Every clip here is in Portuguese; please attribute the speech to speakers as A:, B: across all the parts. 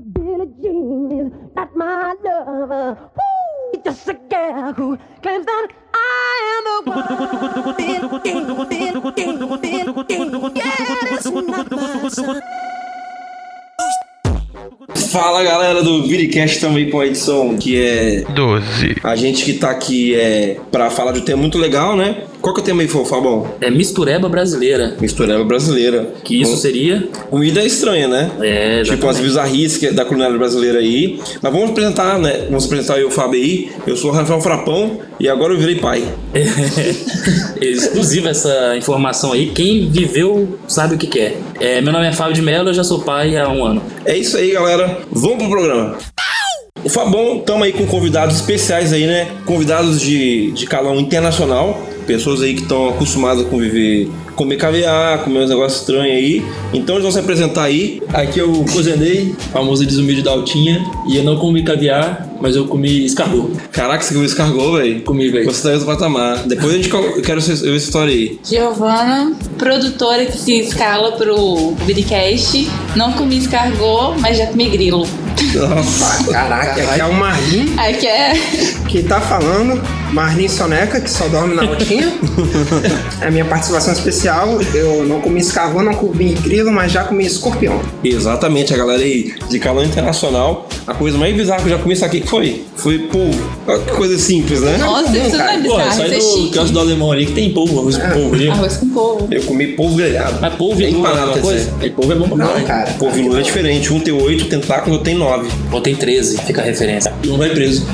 A: Billie Jean is not my lover. Woo! It's just a girl who claims that I am the one. Billie Jean, Billie Jean, Billie Jean. Yeah, it's not my son.
B: Fala galera do Viricast também com a edição que é
C: 12.
B: a gente que tá aqui é pra falar de um tema muito legal, né? Qual que é o tema aí, Fo- Fabão?
D: É mistureba brasileira.
B: Mistureba brasileira.
D: Que isso seria.
B: Com- Comida estranha, né?
D: É,
B: Tipo as
D: exatamente.
B: bizarrices que- da culinária brasileira aí. Mas vamos apresentar, né? Vamos apresentar eu, o Fábio aí. Eu sou o Rafael Frapão e agora eu virei pai.
D: É Exclusiva essa informação aí. Quem viveu sabe o que, que é. É, Meu nome é Fábio de Mello, eu já sou pai há um ano.
B: É isso aí, galera. Vamos pro programa. O Fabão, tamo aí com convidados especiais aí, né? Convidados de, de calão internacional. Pessoas aí que estão acostumadas a conviver, comer caviar, comer uns negócios estranhos aí. Então eles vão se apresentar aí. é
E: Aqui eu cozinhei, famoso desumilde da altinha, e eu não comi caviar, mas eu comi escargot.
B: Caraca, você escargou, velho.
E: Comi, velho.
B: Você tá em outro patamar. Depois a gente. co- Eu quero ver essa história aí.
F: Giovana, produtora que se escala pro Vidcast. Não comi escargot, mas já comi grilo.
B: Nossa.
G: Caraca, aqui é o Marlin
F: Aqui é.
G: que tá falando. Marlin Soneca, que só dorme na altinha. é a minha participação especial. Eu não comi escarvão, não comi grilo, mas já comi escorpião.
B: Exatamente, a galera aí de calão internacional. A coisa mais bizarra que eu já comi isso aqui foi. Foi polvo. Olha Que coisa simples, né?
F: Nossa, isso não é
E: Pô, sai
F: bizarro, isso é
E: do
F: chique.
E: canto do alemão ali que tem polvo, arroz com polvo ali.
F: Arroz com polvo.
B: Eu comi polvo grelhado.
E: Mas polvo e
B: É
E: lula,
B: empanado,
E: alguma
B: quer
E: coisa? E polvo é bom pra
G: Não,
E: caralho.
G: cara.
B: Polvo e lula é diferente. Um tem oito tentáculos, eu tenho nove.
D: Ou tem 13, fica a referência.
E: E um vai preso.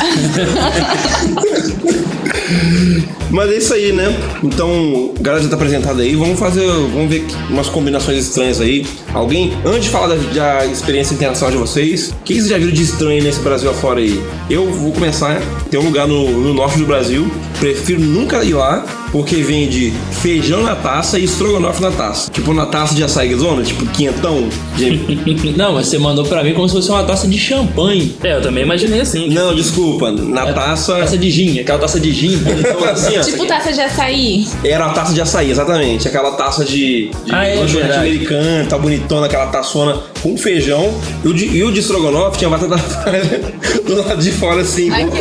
B: Mas é isso aí, né? Então, a galera já tá apresentada aí. Vamos fazer, vamos ver umas combinações estranhas aí. Alguém, antes de falar da, da experiência internacional de vocês, o que vocês já viram de estranho nesse Brasil afora aí? Eu vou começar. Tem um lugar no, no norte do Brasil, prefiro nunca ir lá, porque vende feijão na taça e estrogonofe na taça. Tipo, na taça de açaí zona, tipo, quinhentão. de-
E: Não, mas você mandou pra mim como se fosse uma taça de champanhe.
D: É, eu também imaginei assim.
B: Não, desculpa, na taça.
E: É Taça de gin, aquela taça de gin. Então, assim, ó.
F: Tipo taça de açaí.
B: Era a taça de açaí, exatamente. Aquela taça de, de
E: Ah, é
B: lanchonete
E: verdade.
B: americana, tá bonitona, aquela taçona com feijão. E o de, e o de estrogonofe tinha batata palha do lado de fora, assim.
F: Aqui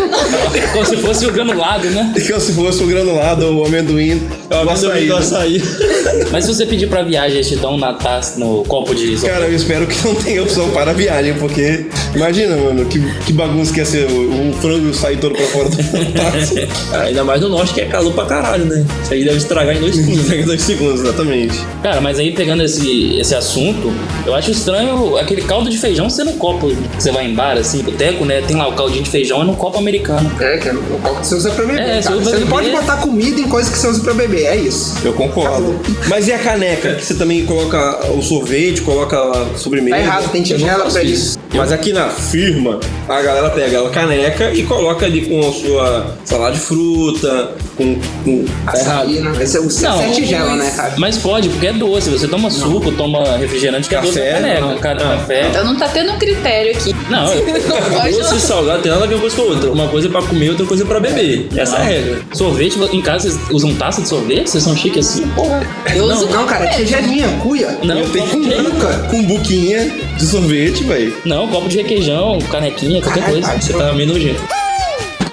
D: Como se fosse o granulado, né?
B: Como se fosse o granulado ou o amendoim. É o
E: Açaí,
B: açaí. né?
E: açaí.
D: Mas se você pedir pra viagem, eles te dão na taça, no copo de
B: Cara, eu espero que não tenha opção para a viagem, porque imagina, mano, que, que bagunça que ia ser o, o frango sair todo pra fora da taça.
E: Ainda mais no norte que é calor pra caralho, né? Isso aí deve estragar em dois né? segundos.
B: Em dois segundos, exatamente.
D: Cara, mas aí pegando esse, esse assunto, eu acho estranho aquele caldo de feijão ser no copo que você vai em bar, assim, boteco, né? Tem lá o caldinho de feijão, é no copo americano.
G: É, que é o copo que você usa pra beber.
D: É, você
G: cara.
D: usa
G: você
D: pra
G: não pode
D: beber.
G: botar comida em coisa que você usa pra beber, é isso.
B: Eu concordo. Mas e a caneca? Que você também coloca o sorvete, coloca a sobremesa.
G: Tá errado, tem tigela pra isso.
B: Mas aqui na firma, a galera pega a caneca e coloca ali com a sua salada de fruta, com. com-
G: Açaí, né? Esse é o
D: Não,
G: isso é tigela, né, cara?
D: Mas pode, porque é doce. Você toma suco, toma refrigerante, que é doce
B: Café,
D: na caneca.
B: não. Ah.
D: Cara, café.
F: Então não tá tendo um critério aqui.
E: Não,
F: Não pode
E: doce e salgado tem nada a ver uma coisa com a outra. Uma coisa é pra comer, outra coisa é pra beber. Essa é a regra.
D: Ah. Sorvete, em casa vocês usam taça de sorvete? Vocês são chiques assim? Porra.
G: Eu não, uso não, cara, é tigelinha, cuia.
D: Não,
B: Eu tenho
D: copo
B: com
D: de-
B: buca, com buquinha de sorvete, velho.
D: não, copo de requeijão, canequinha, qualquer
G: Caralho,
D: coisa.
E: Você tá meio nojento.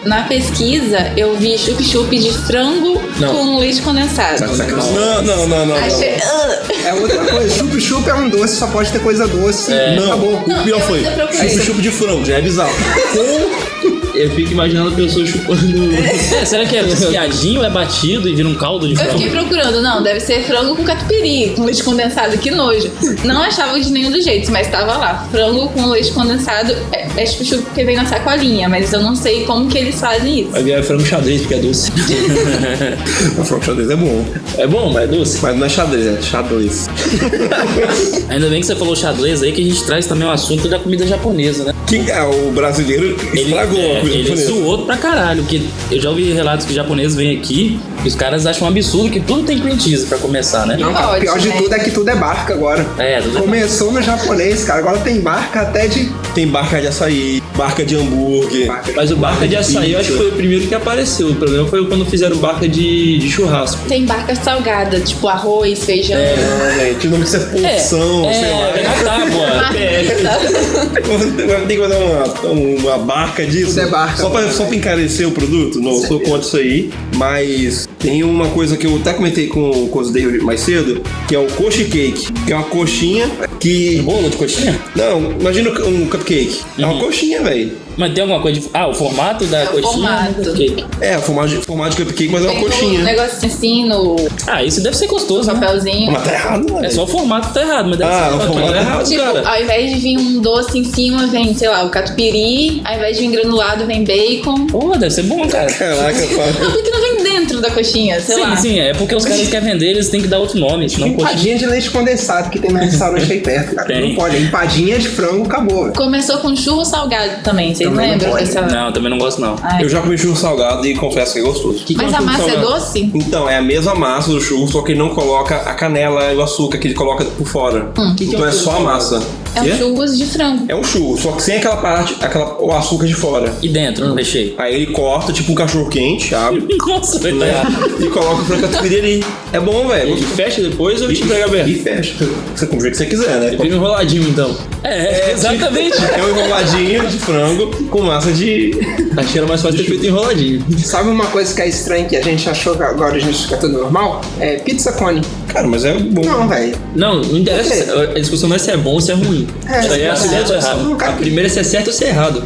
F: Na pesquisa, eu vi chup-chup de frango com leite condensado.
B: Não, não, não, não. não.
F: Achei. Ugh.
G: É outra coisa. Chup-chup é um doce, só pode ter coisa doce.
D: É.
B: Não,
G: Acabou.
B: o pior
F: eu
B: foi
F: ainda procurei.
B: chup-chup de frango, já é bizarro.
E: Eu fico imaginando a pessoa chupando.
D: É, será que é desfiadinho, é batido e vira um caldo de
F: Eu
D: frango?
F: fiquei procurando, não, deve ser frango com catupiry, com leite condensado, que nojo. Não achava de nenhum dos jeitos, mas tava lá. Frango com leite condensado é, é chup-chup porque vem na sacolinha, mas eu não sei como que eles fazem isso.
E: Vai virar frango xadrez, porque é doce.
B: O frango xadrez é bom,
E: É bom, mas é doce.
B: mas não é xadrez, é xadrez.
D: Ainda bem que você falou xadrez aí, que a gente traz também o assunto da comida japonesa, né?
B: Que, ah, o brasileiro estragou.
D: É,
B: coisa
D: ele
B: japonesa.
D: suou pra caralho, porque eu já ouvi relatos que japoneses vêm aqui e os caras acham um absurdo que tudo tem cream cheese pra começar, né?
G: Não, cara, o
F: Ótimo,
G: pior de
F: né?
G: tudo é que tudo é barca agora.
D: É, tudo é
G: Começou no japonês, cara. Agora tem barca até de.
B: Tem barca de açaí, barca de hambúrguer.
E: Mas o barca de açaí eu acho que
B: pizza.
E: foi o primeiro que apareceu. O problema foi quando fizeram barca de, de churrasco.
F: Tem barca salgada, tipo arroz, feijão,
B: Não, gente, o nome disso é porção, sei lá.
D: é, na tábua.
F: marmita.
B: Tem que fazer uma, uma barca disso.
G: Tudo é barca.
B: Só
E: né?
B: pra, só pra encarecer o produto? Não, eu sou
E: é.
B: contra isso aí. Mas tem uma coisa que eu até comentei com, com os David mais cedo, que é o coxi cake. Que é uma coxinha que.
D: Bolo de coxinha?
B: Não, imagina um cupcake. É
E: Uhum.
B: uma coxinha, velho.
D: Mas tem alguma coisa de... Ah, o formato da
F: É o
D: coxinha?
F: formato.
D: Ok.
B: É, formato de, formato de cupcake, mas é uma
F: Tem um
B: coxinha.
F: negocinho assim no
D: Ah, isso deve ser gostoso, né?
F: papelzinho.
B: Mas tá errado, né?
D: É
B: velho?
D: só o formato que tá errado, mas deve
B: Ah,
D: ser
B: o formato
E: é
D: tá
B: tá errado.
D: errado,
F: Tipo,
D: cara.
F: ao invés de vir um doce em cima, vem, sei lá, o catupiry. Ao invés de vir granulado, vem bacon.
D: Pô, deve ser bom, cara.
B: Caraca, fala.
F: Não, porque não vem dentro da coxinha, sei
D: sim,
F: lá.
D: sim, é porque os caras querem vender, eles têm que dar outro nome, senão coxinha.
G: Empadinha de leite condensado que tem no restaurante aí perto, cara.
D: Tem.
G: Não pode. Empadinha de frango acabou. velho.
F: Começou com churro salgado também, vocês
G: Também não
F: lembram?
G: pode.
F: dessa-
D: Não, também não gosto, não.
F: Ai.
B: Eu já comi churro salgado e confesso que é gostoso.
F: Mas
G: um
F: a massa é doce?
B: Então, é a mesma massa do churro, só que ele não coloca a canela e o açúcar que ele coloca por fora.
F: Hum.
B: então é, só a massa.
F: É
B: Quê?
F: um churros de frango.
B: É um churro, só que sem aquela parte, aquela, o açúcar de fora.
D: E dentro, no recheio?
B: Aí ele corta, tipo um cachorro quente, abre
D: Nossa,
E: é.
B: né?
D: velho.
B: e coloca o frango catupiry ali. É bom, velho.
E: E fecha depois ou eu te
B: E-
E: entrego aberto?
B: E fecha. Você come o jeito que você quiser, né?
E: Vem enroladinho então.
D: É, exatamente.
B: É um enroladinho de frango com massa de.
E: Achei que era mais fácil ter feito enroladinho.
G: Sabe uma coisa que é estranha que a gente achou que agora a gente fica tudo normal? É pizza cone.
B: Cara, mas é bom.
G: Não, velho.
E: Não, não interessa. A discussão não é se é bom ou se é ruim.
G: É,
E: Isso aí é a
G: tá
E: certo ou
G: errado.
E: errado. A primeira é se é certo ou se é errado.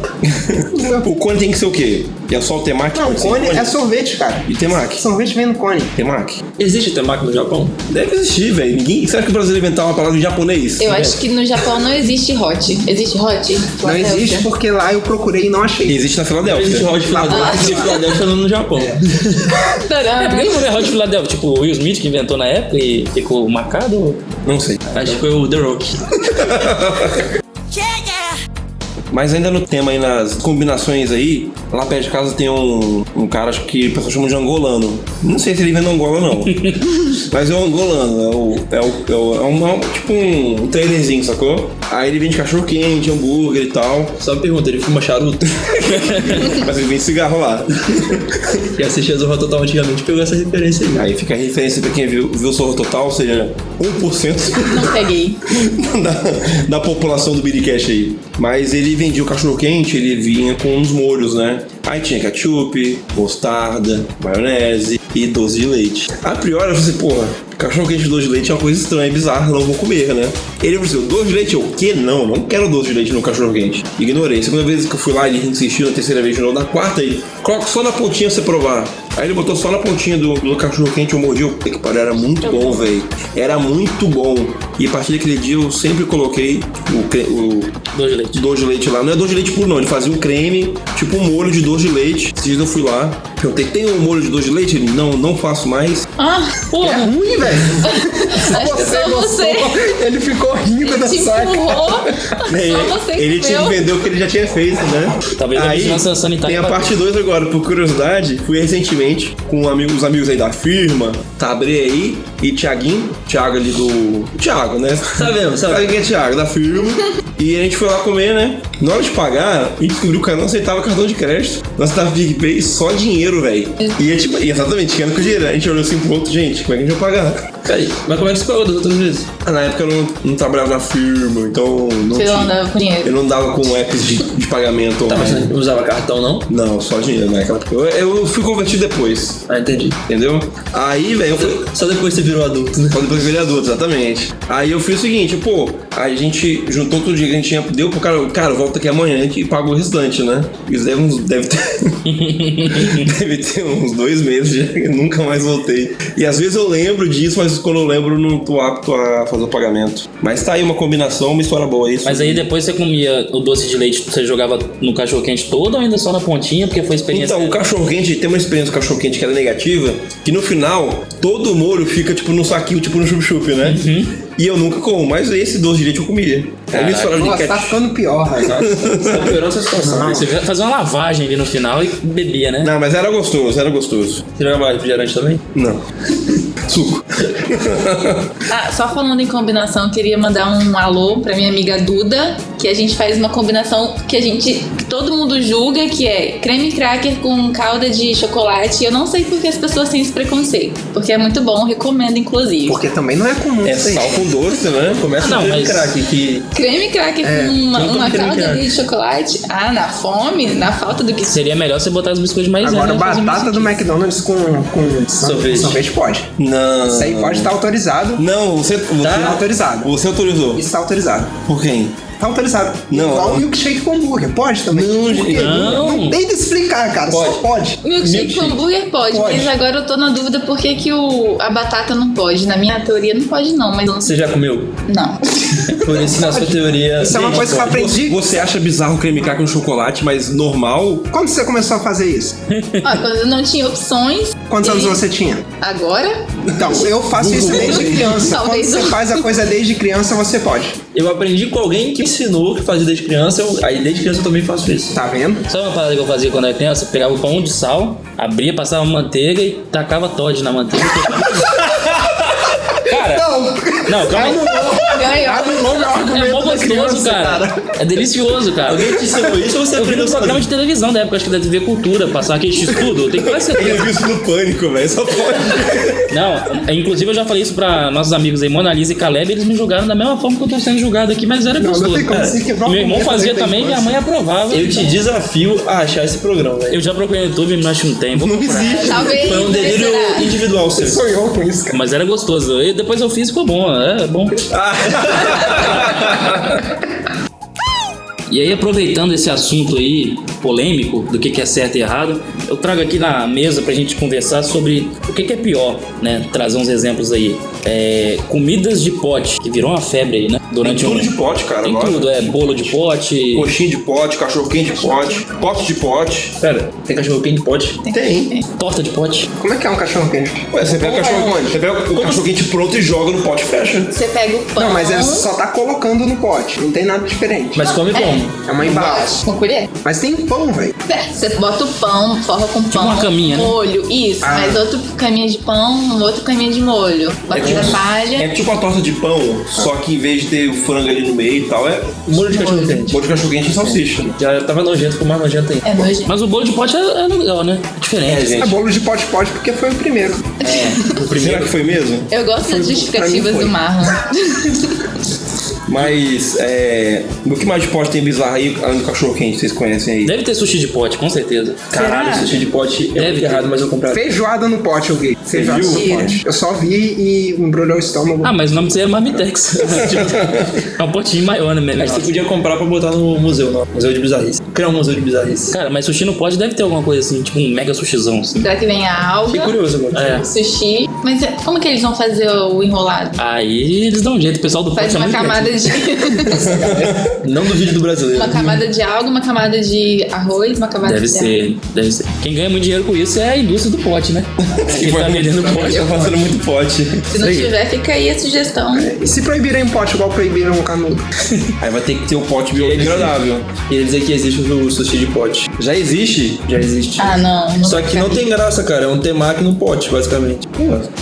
B: Tipo, O cone tem que ser o quê? É só o temaki?
G: Não,
B: Pode ser
G: cone é sorvete, cara.
B: E temaki?
G: Sorvete vem no cone.
B: Temaki?
E: Existe temaki no Japão?
B: Deve existir, velho. Ninguém... Será que o Brasil inventar uma palavra em japonês?
F: Eu acho que no Japão não existe hot. Existe hot?
G: Não existe porque lá eu procurei e não achei.
B: Existe na Filadélfia.
E: Existe Rod Filadélfia. Filadélfia não no Japão.
D: É, por
F: Tcharam.
D: que
E: um
D: o nome é Hot Philadelphia? Tipo, o Will Smith que inventou na época e ficou marcado?
B: Não sei.
E: Acho que foi o The Rock.
B: Mas ainda no tema aí, nas combinações aí, lá perto de casa tem um, um cara acho que o pessoal chama de angolano. Não sei se ele vem da Angola ou não. Mas é um angolano, é, o, é, o, é, o- é um, é um- tipo um trailerzinho, sacou? Aí ele vende cachorro quente, hambúrguer e tal.
E: Só uma pergunta, ele fuma charuto?
B: Mas ele vende cigarro lá.
E: E assistia Zorro Total antigamente pegou essa referência aí.
B: Aí fica a referência pra quem viu, viu o Sorro Total, seria 1%.
F: Não peguei.
B: da, da população do Biricash aí. Mas ele vendia o cachorro-quente, ele vinha com uns molhos, né? Aí tinha ketchup, mostarda, maionese e doce de leite. A priori eu falei assim, porra, cachorro-quente e doce de leite é uma coisa estranha, bizarra, não vou comer, né? Ele falou assim, doce de leite eu, que não, não quero doce de leite no cachorro-quente. Ignorei. Segunda vez que eu fui lá, ele insistiu, na terceira vez de novo, na quarta ele, coloca só na pontinha pra você provar. Aí ele botou só na pontinha do, do cachorro-quente, eu mordi, eu, puta que pariu, era muito bom, velho. Era muito bom. E a partir daquele dia eu sempre coloquei o, cre- o
D: Dois leite.
B: doce de leite lá. Não é doce de leite puro, não. Ele fazia um creme, tipo um molho de doce de leite. Esses dias eu fui lá, perguntei, tem um molho de doce de leite? Ele, não, não faço mais.
F: Ah,
G: É
F: porra.
G: ruim, velho.
F: Acho que só você.
G: Ele ficou rindo da
F: Te
G: saca.
F: empurrou. Só você que
B: É, ele tinha que
F: comeu.
B: vender o que ele já tinha feito, né?
D: Talvez a
B: aí,
D: vigilância sanitária
B: Tem a
D: bateu.
B: parte 2 agora, por curiosidade, fui recentemente com um amigo- os amigos aí da firma, Tabre aí e Thiaguinho, Thiago ali do. Thiago, né?
E: Sabemos,
B: Sabe
E: sabemos.
B: quem é Thiago? Da firma. E a gente foi lá comer, né? Na hora de pagar, a gente descobriu que não aceitava cartão de crédito. Nós tava PicPay só dinheiro, velho. E é tipo, e exatamente, tinha com dinheiro. A gente olhou assim pro outro, gente, como é que a gente vai pagar?
E: Peraí, mas como é que você pagou das outras vezes?
B: Ah, Na época eu não, não trabalhava na firma, então não
F: Você não
B: tinha.
F: andava com
B: Eu
F: dinheiro.
B: não dava com apps de, de pagamento
E: Tá, mas você
B: online.
E: não usava cartão não?
B: Não, só dinheiro, né? cara? Eu, eu fui convertido depois,
E: Ah, entendi.
B: entendeu? Aí, velho, eu fui.
E: Só depois você virou adulto, né?
B: Quando depois virei adulto, exatamente. Aí eu fiz o seguinte, pô, a gente juntou todo dia que a gente tinha, deu pro cara, cara, volta aqui amanhã e pagou o restante, né? Isso deve, uns, deve ter. deve ter uns dois meses já, eu nunca mais voltei. E às vezes eu lembro disso, mas vezes quando eu lembro, não tô apto a fazer o pagamento. Mas tá aí uma combinação, uma história boa, é isso.
D: Mas aí depois você comia o doce de leite, você jogava no cachorro quente todo ou ainda só na pontinha, porque foi experiência.
B: Então, o cachorro quente, tem uma experiência com cachorro quente que era negativa, que no final, todo o molho fica tipo num saquinho, tipo no chup-chup, né?
E: Uhum.
B: E eu nunca como, mas esse doce de leite eu comia. É uma história de
G: Nossa, tá
B: ketchup.
G: ficando pior, rapaz.
E: Você tá piorando essa situação.
D: Você ia fazer uma lavagem ali no final e bebia, né?
B: Não, mas era gostoso, era gostoso.
E: Você jogava refrigerante também?
B: Não. Suco.
F: Ah, só falando em combinação, eu queria mandar um alô pra minha amiga Duda, que a gente faz uma combinação que a gente. que todo mundo julga que é creme cracker com calda de chocolate. Eu não sei porque as pessoas têm esse preconceito. Porque é muito bom, recomendo, inclusive.
G: Porque também não é comum
B: É
G: isso aí.
B: sal com doce, né?
E: Começa
D: Ah, não,
E: a ter
D: mas-
E: craque que
F: Creme cracker
G: É,
F: com
E: eu não
F: uma,
E: como
F: uma
E: creme
F: calda
E: cracker.
F: de chocolate. Ah, na fome? Na falta do que.
D: Seria melhor você botar os biscoitos de maisena.
G: Agora,
D: né? Fazer mais
G: batata do McDonald's com, com
E: Sorvete.
G: sorvete pode.
B: Não.
G: Isso aí pode estar autorizado.
B: Não, você. você-
G: Tá autorizado.
B: Você autorizou.
G: Isso tá autorizado.
B: Por quem?
G: Tá autorizado.
B: Não.
G: Igual milkshake com hambúrguer. Pode também. Não, gente.
D: não.
G: Não tem de explicar, cara. Só pode.
F: Milkshake com hambúrguer pode,
G: Pode.
F: mas agora eu tô na dúvida por que, que o, a batata não pode. Na minha teoria não pode, não, mas eu não sei.
E: você já comeu.
F: Não.
E: Por isso, na sua teoria.
G: Isso é uma
E: Gente,
G: coisa que eu
E: pode.
G: aprendi.
B: Você acha bizarro creme crack com chocolate, mas normal?
G: Quando você começou a fazer isso?
F: Ó, quando eu não tinha opções,
G: Quantos anos
F: Desde-
G: você tinha?
F: agora
G: Então, eu faço isso desde criança. Quando
F: Talvez
G: você
F: não.
G: faz a coisa desde criança, você pode.
E: Eu aprendi com alguém que ensinou que fazia desde criança. eu- Aí desde criança eu também faço isso.
G: Tá vendo?
D: Sabe uma parada que eu fazia quando era criança? Eu pegava o pão de sal, abria, passava manteiga e tacava Todd na manteiga. cara,
G: Não,
D: não, calma aí.
F: ganhou.
G: anulou meu
D: É
G: argumento
D: mó
G: da
D: gostoso,
G: criança,
D: cara. É delicioso, cara.
E: Alguém te ensinou isso ou você
D: Eu vi
E: aprendeu
D: no programa de televisão da época, acho que da TV Cultura, passar aquele estudo, eu tenho quase certeza.
B: Eu vi isso no pânico, velho. Só pode.
D: Não, é, inclusive eu já falei isso pra nossos amigos aí, Mona Lisa e Caleb, eles me julgaram da mesma forma que eu tô sendo julgado aqui, mas era
G: Não, não
D: gostoso.
G: tem como,
D: cara.
G: se quebrar o
D: Meu irmão
G: argumento,
D: fazia
G: não tem
D: também, minha
G: como.
D: mãe aprovava.
E: Eu te desafio a achar esse programa, velho.
D: Eu já procurei no YouTube, mas acho que não tem. Vou
B: Não existe.
F: Talvez.
E: Foi um
B: é
E: delírio
F: será?
E: individual
G: Você
E: seu.
G: sonhou com isso, cara.
D: Mas era gostoso. E depois eu fiz e ficou bom. É bom. E aí, aproveitando esse assunto aí polêmico do que que é certo e errado, eu trago aqui na mesa pra gente conversar sobre o que que é pior, né? Trazer uns exemplos aí. É, comidas de pote, que virou uma febre aí, né? Durante
B: Tudo
D: um...
B: de pote, cara.
D: Tem
B: agora.
D: tudo, é bolo de pote.
B: Coxinha de pote, cachorro quente de pote, pote de pote.
E: Pera, tem cachorro quente? Pode.
B: Tem.
D: Torta de pote.
G: Como é que é um cachorro quente? é
B: Ué, você pega o cachorro quente. Você pega o cachorro quente pronto e joga no pote e fecha.
F: Você pega o pão.
G: Não, mas é só tá colocando no pote. Não tem nada diferente.
E: Mas come como?
G: é uma embalagem.
F: Bate Com colher?
G: Mas tem pão, velho.
F: É, Você bota o pão, forra com pão.
D: uma caminha, né?
F: Molho, isso.
G: Ah.
F: Mas outro caminho de pão, um outro caminho de molho. Batata palha.
B: É tipo a torta de pão, só que em vez de ter o frango ali no meio e tal, é
E: Molho de cachorro quente.
B: molho de cachorro quente e salsicha.
E: Já tava nojento, ficou mais nojento ainda.
F: É nojento.
D: Mas o bolo de pote é, é legal, né? É diferente.
B: É, gente.
G: É bolo de pote-pote porque foi o primeiro.
B: Será que foi mesmo?
F: Eu gosto das justificativas
G: foi.
F: do Marlon.
B: Mas, é. O que mais de pote tem bizarro aí, além do cachorro quente, vocês conhecem aí?
D: Deve ter sushi de pote, com certeza.
E: Caralho, sushi de pote é
D: Deve
E: muito
D: ter.
E: errado, mas eu comprei.
G: Feijoada no pote, eu vi. Feijoada no
F: viu?
G: pote. Eu só vi e me embrulhou o estômago.
D: Ah, mas o nome disso é Marmitex. Tipo, é um potinho maior, né?
E: Mas você
D: menor.
E: podia comprar pra botar no museu, não. Museu de bizarrice. Criar um museu de bizarrice.
D: Cara, mas sushi no pote deve ter alguma coisa assim, tipo um mega sushizão. Assim.
F: Será que vem a
E: Fiquei
F: alga?
E: curioso agora.
D: É.
F: Sushi. Mas é- como que eles vão fazer o enrolado?
D: Aí eles dão um jeito, o pessoal do
F: Faz
D: pote é
F: uma
D: muito
F: camada
D: criativo.
F: de.
E: Não do vídeo do brasileiro.
F: uma camada de alga, uma camada de arroz, uma camada
D: Deve
F: de.
D: ser, deve ser. Quem ganha muito dinheiro com isso é a indústria do pote, né? Quem tá vendendo pote.
B: Tá fazendo muito pote.
F: Se não tiver, fica aí a sugestão.
G: E se proibirem o pote igual proibiram o canudo?
B: Aí vai ter que ter o pote
E: é
B: biodegradável.
E: E ele dizer que existe o sushi de pote.
B: Já existe?
E: Já existe.
F: Ah, não. não
E: Só que não tem graça, cara. É um temaki no pote, basicamente.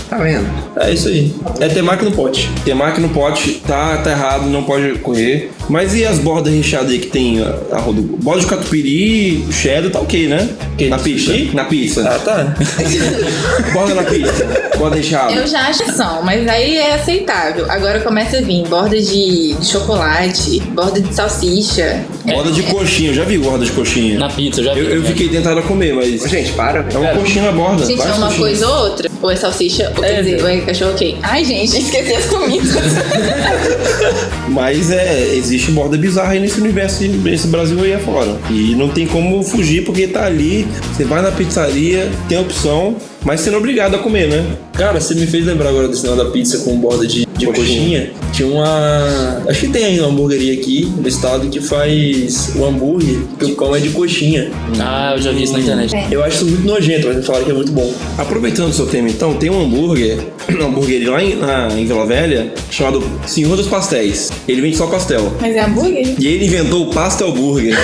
G: Tá vendo?
E: É isso aí. É temaki no pote.
B: Temaki no pote, tá, tá errado, não pode correr. Mas e as bordas recheadas aí que tem a- a rodo? Borda de catupiry, cheddar, tá ok, né?
E: Que
B: na
E: isso,
B: pizza?
E: né?
B: Na pizza.
E: Ah, tá.
B: Borda na pizza. Borda recheada.
F: Eu já acho que são, mas aí é aceitável. Agora começa a vir borda de, de chocolate, borda de salsicha.
B: Borda de coxinha, eu já vi borda de coxinha.
D: Na pizza, eu já vi.
B: Eu, eu
D: né?
B: fiquei tentado a comer, mas.
G: Gente, para,
B: É
G: velho.
B: uma coxinha na borda.
F: Gente, é
B: várias
F: uma
B: coxinhas.
F: coisa ou outra. Ou é salsicha, ou, quer dizer, ou é cachorro quente. Ai, gente, esqueci as comidas.
B: Mas é, existe borda bizarra aí nesse universo, nesse Brasil aí afora. E não tem como fugir, porque tá ali, você vai na pizzaria, tem opção, mas sendo obrigado a comer, né?
E: Cara, você me fez lembrar agora desse negócio da pizza com borda de, de
B: Coxinha.
E: coxinha. Tinha uma. Acho que tem ainda uma hamburgueria aqui no estado que faz o hambúrguer que o pão é de coxinha.
D: Ah, eu já vi isso na internet.
F: É.
E: Eu acho isso muito nojento, mas me falaram que é muito bom.
B: Aproveitando o seu tema, então, tem um hambúrguer, uma hambúrgueria lá em, na, em Vila Velha, chamado Senhor dos Pastéis. Ele vende só pastel.
F: Mas é hambúrguer?
B: E ele inventou o pastel burger,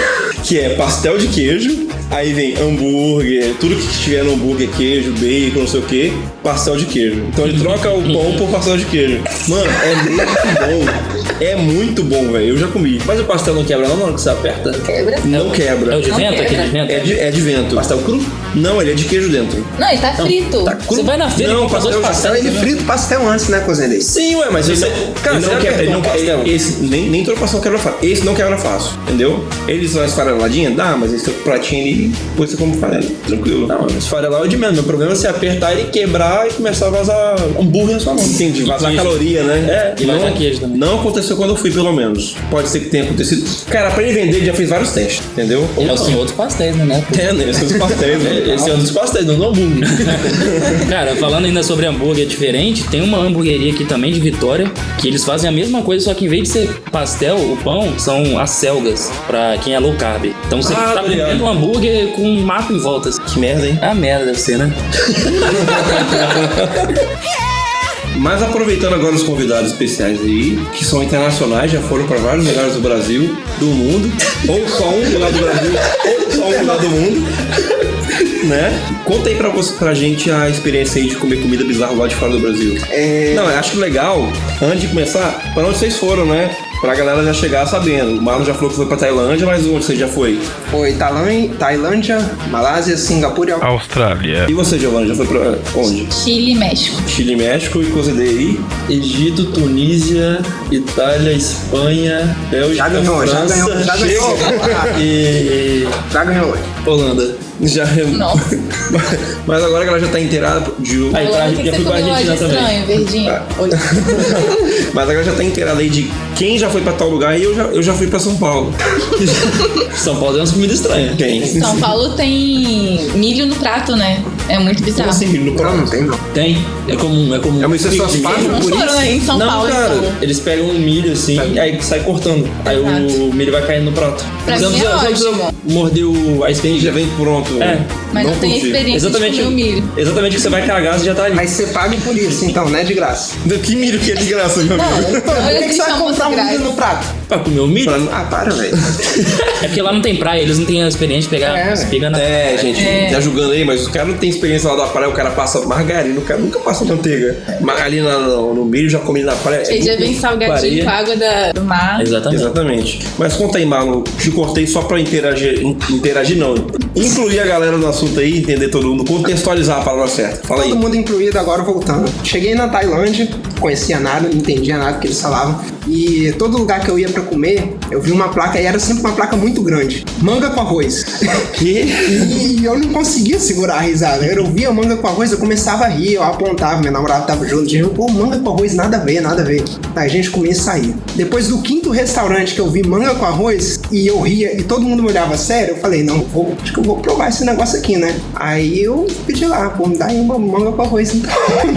B: que é pastel de queijo, aí vem hambúrguer, tudo que tiver no hambúrguer, queijo, bacon, não sei o que, pastel de queijo. Então ele troca o pão por pastel de queijo. Mano, é muito bom. É muito bom, velho. Eu já comi.
E: Mas o pastel não quebra não na hora que você aperta?
F: Quebra.
B: Não
D: É o
B: quebra.
D: de vento? Aquele de
B: É
D: vento?
B: de, é de vento.
E: Pastel cru?
B: Não, ele é de queijo dentro.
F: Não, e tá frito.
B: Tá cru.
D: Você vai na feira e
B: não,
D: compra dois
B: pastel,
G: Pastel, ele frita o pastel antes, né, cozinheiro?
E: Sim, ué, mas você. Cara,
B: Cara,
E: você
B: não
E: aperta
B: quebra, ele
E: um
B: não
E: pastel.
B: quebra. Esse, nem, nem todo pastel quebra fácil. Esse não quebra fácil, entendeu? Eles são esfareladinhas? Dá, mas esse é pratinho ali, depois você come farelo. Tranquilo.
E: Não, mas farelar é o de menos. Meu problema é você apertar ele, quebrar e começar a vazar hambúrguer na sua mão.
B: Entendi, vazar
D: queijo.
B: caloria, né?
D: É, e vazar queijo também.
B: Não aconteceu quando eu fui, pelo menos. Pode ser que tenha acontecido. Cara, pra ele vender, ele já fez vários testes, entendeu?
D: É o senhor dos pastéis, né? né?
B: É, né? Esses pastéis, né?
E: Esse é um dos pastéis, não do hambúrguer.
D: Cara, falando ainda sobre hambúrguer diferente, tem uma hamburgueria aqui também de Vitória que eles fazem a mesma coisa, só que em vez de ser pastel, o pão são as selgas pra quem é low carb. Então você
E: Ah,
D: tá
E: tô ligado.
D: comendo um hambúrguer com um mato em volta. assim.
B: Que merda, hein?
D: Ah, merda deve ser, né?
B: Mas aproveitando agora os convidados especiais aí, que são internacionais, já foram para vários lugares do Brasil, do mundo, ou só um lugar do Brasil, ou só um lugar do mundo, né? Conta aí pra, você, pra gente a experiência aí de comer comida bizarra lá de fora do Brasil. Não, eu acho legal, antes de começar, pra onde vocês foram, né? Pra galera já chegar sabendo. O Marlon já falou que foi pra Tailândia, mas onde você já foi?
G: Foi Tailândia, Tailândia, Malásia, Singapura e
C: Austrália,
B: E você, Giovanna, já foi pra onde?
F: Chile e México.
B: Chile, México e coisa aí.
E: Egito, Tunísia, Itália, Espanha, Bélgica,
G: Já ganhou, já
E: França,
G: ganhou, já ganhou.
E: e
G: Já ganhou.
E: Holanda.
B: Já... é
F: Nossa.
B: Mas agora que ela já tá inteirada de
E: Aí, pra,
F: Falando o que
E: já
F: que
E: fui
F: você
E: pra
F: comeu hoje
E: Argentina também.
F: estranho, verdinho? Olha.
B: Mas agora já tá inteirada aí de quem já foi pra tal lugar e eu já, eu já fui pra São Paulo.
E: São Paulo tem umas comidas estranhas.
B: Quem?
F: São Paulo tem milho no prato, né? É muito bizarro.
B: no
G: Então, Não, não
B: prato.
G: tem não.
E: Tem. É comum, é comum.
B: É, mas vocês só fazem
F: Não
B: por
F: foram
B: isso?
F: né? em São
E: não,
F: Paulo.
E: cara,
F: então.
E: eles pegam um milho assim, aí sai cortando. Aí
F: Exato.
E: o milho vai caindo no prato.
F: Pra
E: Não
F: mim é
E: precisa- não precisa
F: ótimo.
E: Morder o, a espinha
B: Já
E: já
B: vem pronto.
E: É,
F: Mas não, tem
B: curti.
F: experiência
E: Exatamente.
F: de comer o milho.
E: Exatamente que você vai cagar, você já tá ali.
G: Mas você paga por isso, então, né? De graça.
B: Que milho que é de graça, meu amigo.
G: Então, por que, que
F: eles
G: você vai
F: chamam
G: comprar um
F: de graça.
G: milho no prato?
E: Pra comer o milho?
G: Ah, para, velho.
D: É porque lá não tem praia, eles não têm a experiência de pegar
G: É,
D: espiga na.
B: É, gente, tá julgando aí, mas o cara não tem experiência lá da praia, o cara passa margarina, o cara nunca passa manteiga. Margarina no, no milho, já comi na praia. é
F: Ele já vem
B: muito
F: salgadinho
B: pareia.
F: com a água da- do mar.
D: Exatamente.
B: Exatamente. Mas conta aí, Marlon, te cortei só pra interagir, in- interagir não, incluir a galera no assunto aí, entender todo mundo, contextualizar a palavra certa. Fala aí.
G: Todo mundo incluído agora voltando. Cheguei na Tailândia, conhecia nada, não entendia nada que eles falavam. E todo lugar que eu ia pra comer, eu vi uma placa e era sempre uma placa muito grande. Manga com arroz.
B: Que?
G: E eu não conseguia segurar a risada. Eu via manga com arroz, eu começava a rir, eu apontava, minha namorada tava junto, dizia, pô, manga com arroz, nada a ver, nada a ver. Aí a gente comia e saía. Depois do quinto restaurante que eu vi manga com arroz, e eu ria, e todo mundo me olhava sério, eu falei, não, vou, acho que eu vou provar esse negócio aqui, né? Aí eu pedi lá, pô, me dá aí uma manga com arroz então.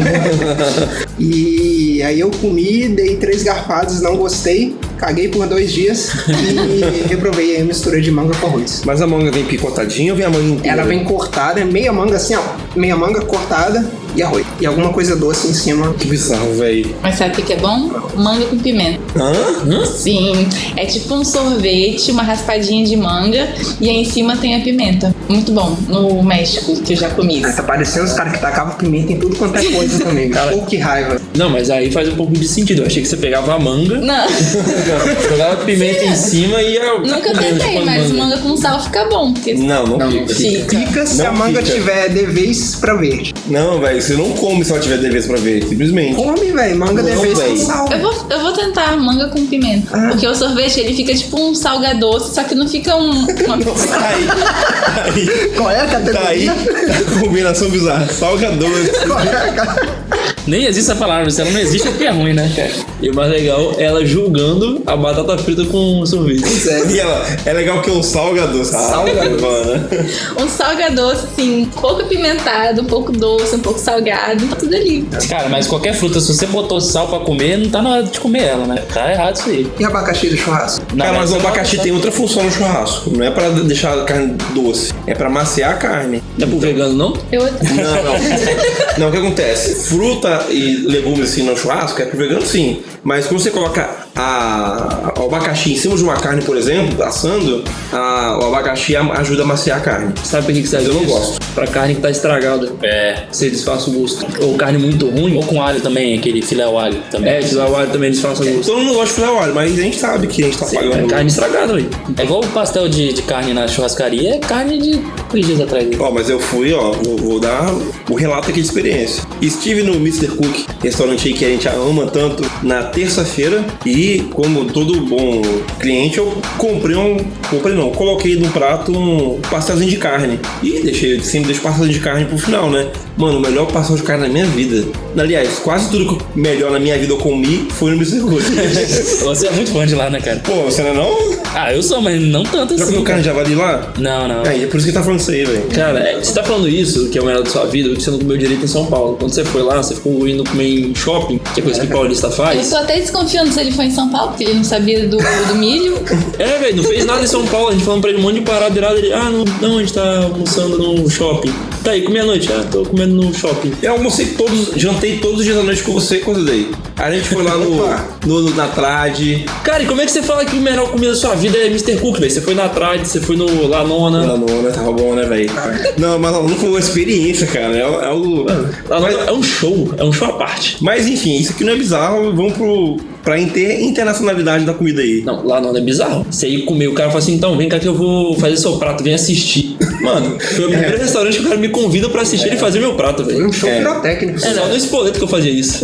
G: e aí eu comi, dei três garfadas, não gostei, caguei por dois dias e reprovei a mistura de manga com arroz.
B: Mas a manga vem picotadinha ou vem a manga inteira?
G: Ela vem cortada, meia manga assim, ó. Meia manga cortada e arroz. E alguma coisa doce em cima.
B: Que bizarro, velho.
F: Mas sabe o que que é bom? Manga com pimenta.
B: Hã?
F: Sim. É tipo um sorvete, uma raspadinha de manga e aí em cima tem a pimenta. Muito bom. No México, que eu já comi.
G: Ah, tá parecendo os caras que tacavam pimenta em tudo quanto é coisa também. cara. Pô, que raiva.
E: Não, mas aí faz um pouco de sentido. Eu achei que você pegava a manga,
F: Não,
E: jogava pimenta em cima e ia.
F: nunca
E: comendo, tipo,
F: tentei,
E: chupando
F: mas
E: manga.
F: manga com sal fica bom. Porque
B: Não, não, fica.
F: fica.
G: Fica se
B: Não
G: a manga
B: fica.
G: tiver deveis pra verde.
B: Não, velho, você não come se ela tiver deveres pra ver, simplesmente.
G: Come, velho.
B: Não,
G: Manga deveis com
B: véi.
G: sal.
F: Eu vou, eu vou tentar manga com pimenta.
G: Ah.
F: Porque o sorvete ele fica tipo um salgadoce, só que não fica um. Uma...
B: Aí, aí,
G: Qual é a
B: tá aí
G: categoria?
B: a combinação bizarra. Salga doce.
G: Qual é a categoria?
H: Nem existe essa palavra, se ela não existe é porque é ruim, né?
D: E o mais legal, ela julgando a batata frita com sorvete.
B: E ela, é legal que é um salgador. Salgador. Mano.
F: Um salgador, assim, um pouco apimentado, um pouco doce, um pouco salgado, tá tudo ali.
H: Cara, mas qualquer fruta, se você botou sal pra comer, não tá na hora de comer ela, né? Tá errado isso aí.
G: E abacaxi do churrasco?
H: Na
B: Cara,
H: verdade,
B: mas o
H: você
B: abacaxi
H: não-
B: tem outra função no churrasco. Não é pra deixar a carne doce, é pra maciar a carne.
E: um-
D: Não é pro vegano, não?
F: Eu
B: Não, não. Não, o que acontece? Fruta e legumes assim no churrasco é pro vegano sim. Mas quando você coloca a, o abacaxi em cima de uma carne, por exemplo, assando, a- o abacaxi a- ajuda a maciar a carne.
D: Sabe por que que serve
B: Eu não
D: isso?
B: gosto.
D: Pra carne que tá estragada.
H: É.
D: Você disfarça o gosto. Ou carne muito ruim.
H: Ou com alho também, aquele filé ao alho também.
D: É, deslavado também disfarça o gosto.
B: Todo mundo gosta de filé óleo, mas a gente sabe que a gente tá
D: É
B: pagando.
D: carne estragada, velho.
H: É igual o pastel de, de carne na churrascaria, é carne de três dias atrás. né?
B: Ó, mas eu fui, ó, vou, vou dar o relato aqui de experiência. Estive no Mr. Cook, restaurante aí que a gente ama tanto, na terça-feira e, como todo bom cliente, eu comprei um. Comprei não, coloquei no prato um pastelzinho de carne. E deixei, sempre deixo pastel de carne pro final, né? Mano, o melhor pastel de carne da minha vida. Aliás, quase tudo que eu- melhor na minha vida eu comi foi no Mr. Cook.
H: Você é muito fã de lá, né, cara?
B: Pô, você não é não?
H: Ah, eu sou, mas não tanto
B: Já
H: assim.
B: comeu carne de javali lá?
H: Não, não.
B: Aí, é por isso que tá falando isso aí, velho.
D: Cara, é, você tá falando isso, que é o melhor da sua vida, que você não comeu direito em São Paulo. Quando você foi lá, você ficou indo comer em shopping, que é coisa que paulista
F: Eu
D: faz.
F: tô até desconfiando se ele foi em São Paulo, porque ele não sabia do, do milho.
D: É, velho, não fez nada em São Paulo. A gente falando pra ele um monte de parada irada. Ele, ah, não, não, a gente tá almoçando no shopping. Tá aí, comi à noite. Ah, tô comendo no shopping.
B: Eu almocei todos, jantei todos os dias da noite com você, coisa daí. Aí a gente foi lá no, no, no- na trade,
D: Cara, e como é que você fala que o melhor comida da sua vida é Mr. Cook, velho? Você foi na Trade, você foi no Lanona.
B: na nona, tava bom, né, velho? Não, mas não foi uma experiência, cara. É, é algo.
D: Lanona
B: Mas,
D: é um show, é um show à parte.
B: mas, enfim, isso aqui não é bizarro, vamos pro. pra inter, internacionalidade da comida aí.
D: Não, Lanona é bizarro. Você ir comer, o cara fala assim, então, vem cá que eu vou fazer seu prato, vem assistir. Mano, foi
H: É.
D: o primeiro restaurante que o cara me convida pra assistir ele fazer meu prato, velho.
G: Um show pirotécnico.
D: É
H: né?
D: só no espoleto que eu fazia isso.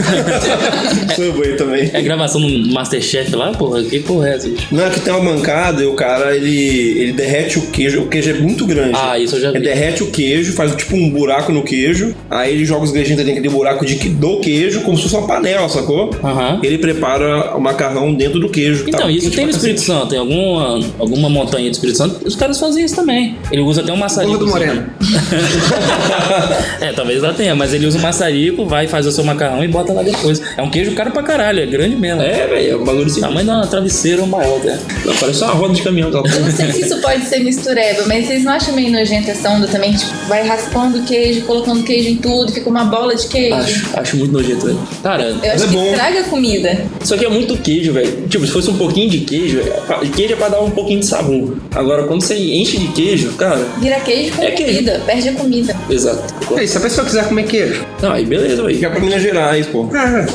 B: Subway também.
H: É gravação no Masterchef lá, porra? Que porra é essa, bicho?
B: Não, é que tem uma mancada e o cara ele, ele derrete o queijo. O queijo é muito grande.
H: Ah, isso eu já vi.
B: Ele derrete o queijo, faz tipo um buraco no queijo. Aí ele joga os ingredientes dentro daquele buraco de, que- do queijo, como se fosse uma panela, sacou?
H: Aham.
B: Ele prepara o macarrão dentro do queijo. que
H: Então,
B: tá
H: isso
B: quente
H: tem no
D: tipo
B: pra
H: Espírito Santo, tem alguma, alguma montanha do Espírito Santo, os caras fazem isso também. Ele usa até um maçarico.
G: Gordo do
H: assim,
G: Moreno.
H: né? é, talvez lá tenha, mas ele usa um maçarico, vai fazer o seu macarrão e bota lá depois. É um queijo caro pra caralho, é grande mesmo.
D: É, velho, é um bagulho assim.
H: Tamanho da travesseira ou maior, né?
D: Não, parece uma roda de caminhão. Tá?
F: Eu não sei se isso pode ser mistureba, mas vocês não acham meio nojenta essa onda também? Tipo, vai raspando queijo, colocando queijo em tudo, fica uma bola de queijo.
D: Acho, acho muito nojento, velho.
H: Cara,
F: Eu acho
B: é
F: que
B: bom.
F: estraga a comida.
D: Só que é muito queijo, velho. Tipo, se fosse um pouquinho de queijo, é pra- queijo é pra dar um pouquinho de sabor. Agora, quando você enche de queijo, cara.
F: Vira queijo com
D: É queijo.
F: comida, perde a comida.
D: Exato.
G: E se a pessoa quiser comer queijo? Ah,
D: Não, aí beleza, velho.
B: Fica pra Minas Gerais, pô.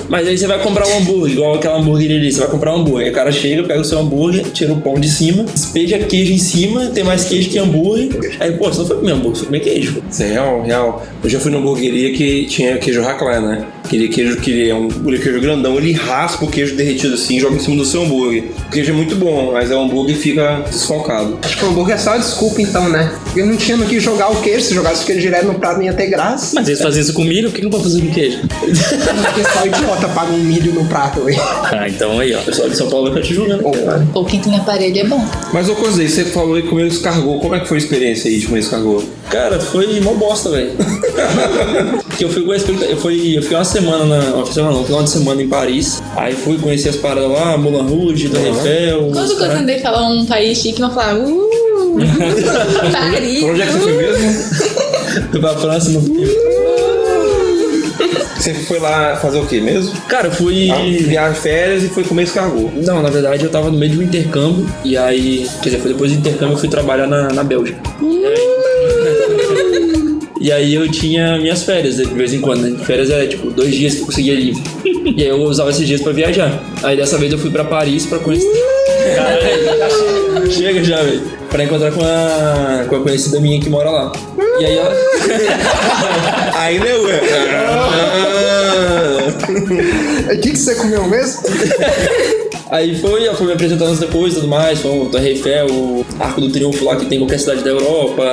D: Mas aí você vai comprar um hambúrguer, igual aquela hambúrgueria ali. Você vai comprar um hambúrguer. Aí o cara chega, pega o seu hambúrguer, tira o pão de cima, despeja queijo em cima, tem mais queijo que hambúrguer. Aí, pô, você não foi comer hambúrguer, você foi comer queijo.
B: Isso é real, real. Eu já fui numa hamburgueria que tinha queijo raclé, né? Aquele queijo que ele é um aquele queijo grandão, ele raspa o queijo derretido assim e joga em cima do seu hambúrguer. O queijo é muito bom, mas é o hambúrguer fica desfocado.
G: Acho que o hambúrguer é só desculpa então, né? Porque não tinha no que jogar o queijo. Se jogasse o queijo direto no prato, não ia ter graça.
H: mas eles fazem isso com milho, por que que não pode fazer com queijo?
G: O pessoal idiota paga um milho no prato, velho.
H: Ah, então aí, ó.
D: O pessoal de São Paulo vai ficar te julgando.
G: Pô,
D: cara.
F: Ou quem tem aparelho é bom.
B: Mas ô Cozei, você falou aí que comeu escargot. Como é que foi a experiência aí de comer escargot?
D: Cara, foi mó bosta, velho. que eu fui com a expecta- eu fui, eu fiquei uma semana na, uma semana não, um final de semana em Paris. Aí fui conhecer as paradas lá, Moulin Rouge, Torre Eiffel.
F: Quando
D: os
F: eu
D: caras-
F: tentei falar um país chique, eu falava, uh,
D: é
F: Paris.
B: Pra onde é que você foi
F: uh.
B: mesmo?
D: Fui pra França no
B: Você foi lá fazer o quê mesmo?
D: Cara, eu fui
B: Ah, Viajar de férias e foi comer escargot.
D: Não, na verdade eu tava no meio de um intercâmbio e aí, quer dizer, foi depois do intercâmbio eu fui trabalhar na, na Bélgica. E aí eu tinha minhas férias de vez em quando, né? Férias era tipo dois dias que eu conseguia livre. E aí eu usava esses dias pra viajar. Aí dessa vez eu fui pra Paris pra conhecer. Caralho, Chega já, velho. Pra encontrar com a, com a conhecida minha que mora lá. E aí ela.
B: Aí né, ué? Ah,
G: O que, que você comeu mesmo?
D: Aí foi, ela foi me apresentando depois e tudo mais, foi o Torre Eiffel, o Arco do Triunfo lá que tem em qualquer cidade da Europa.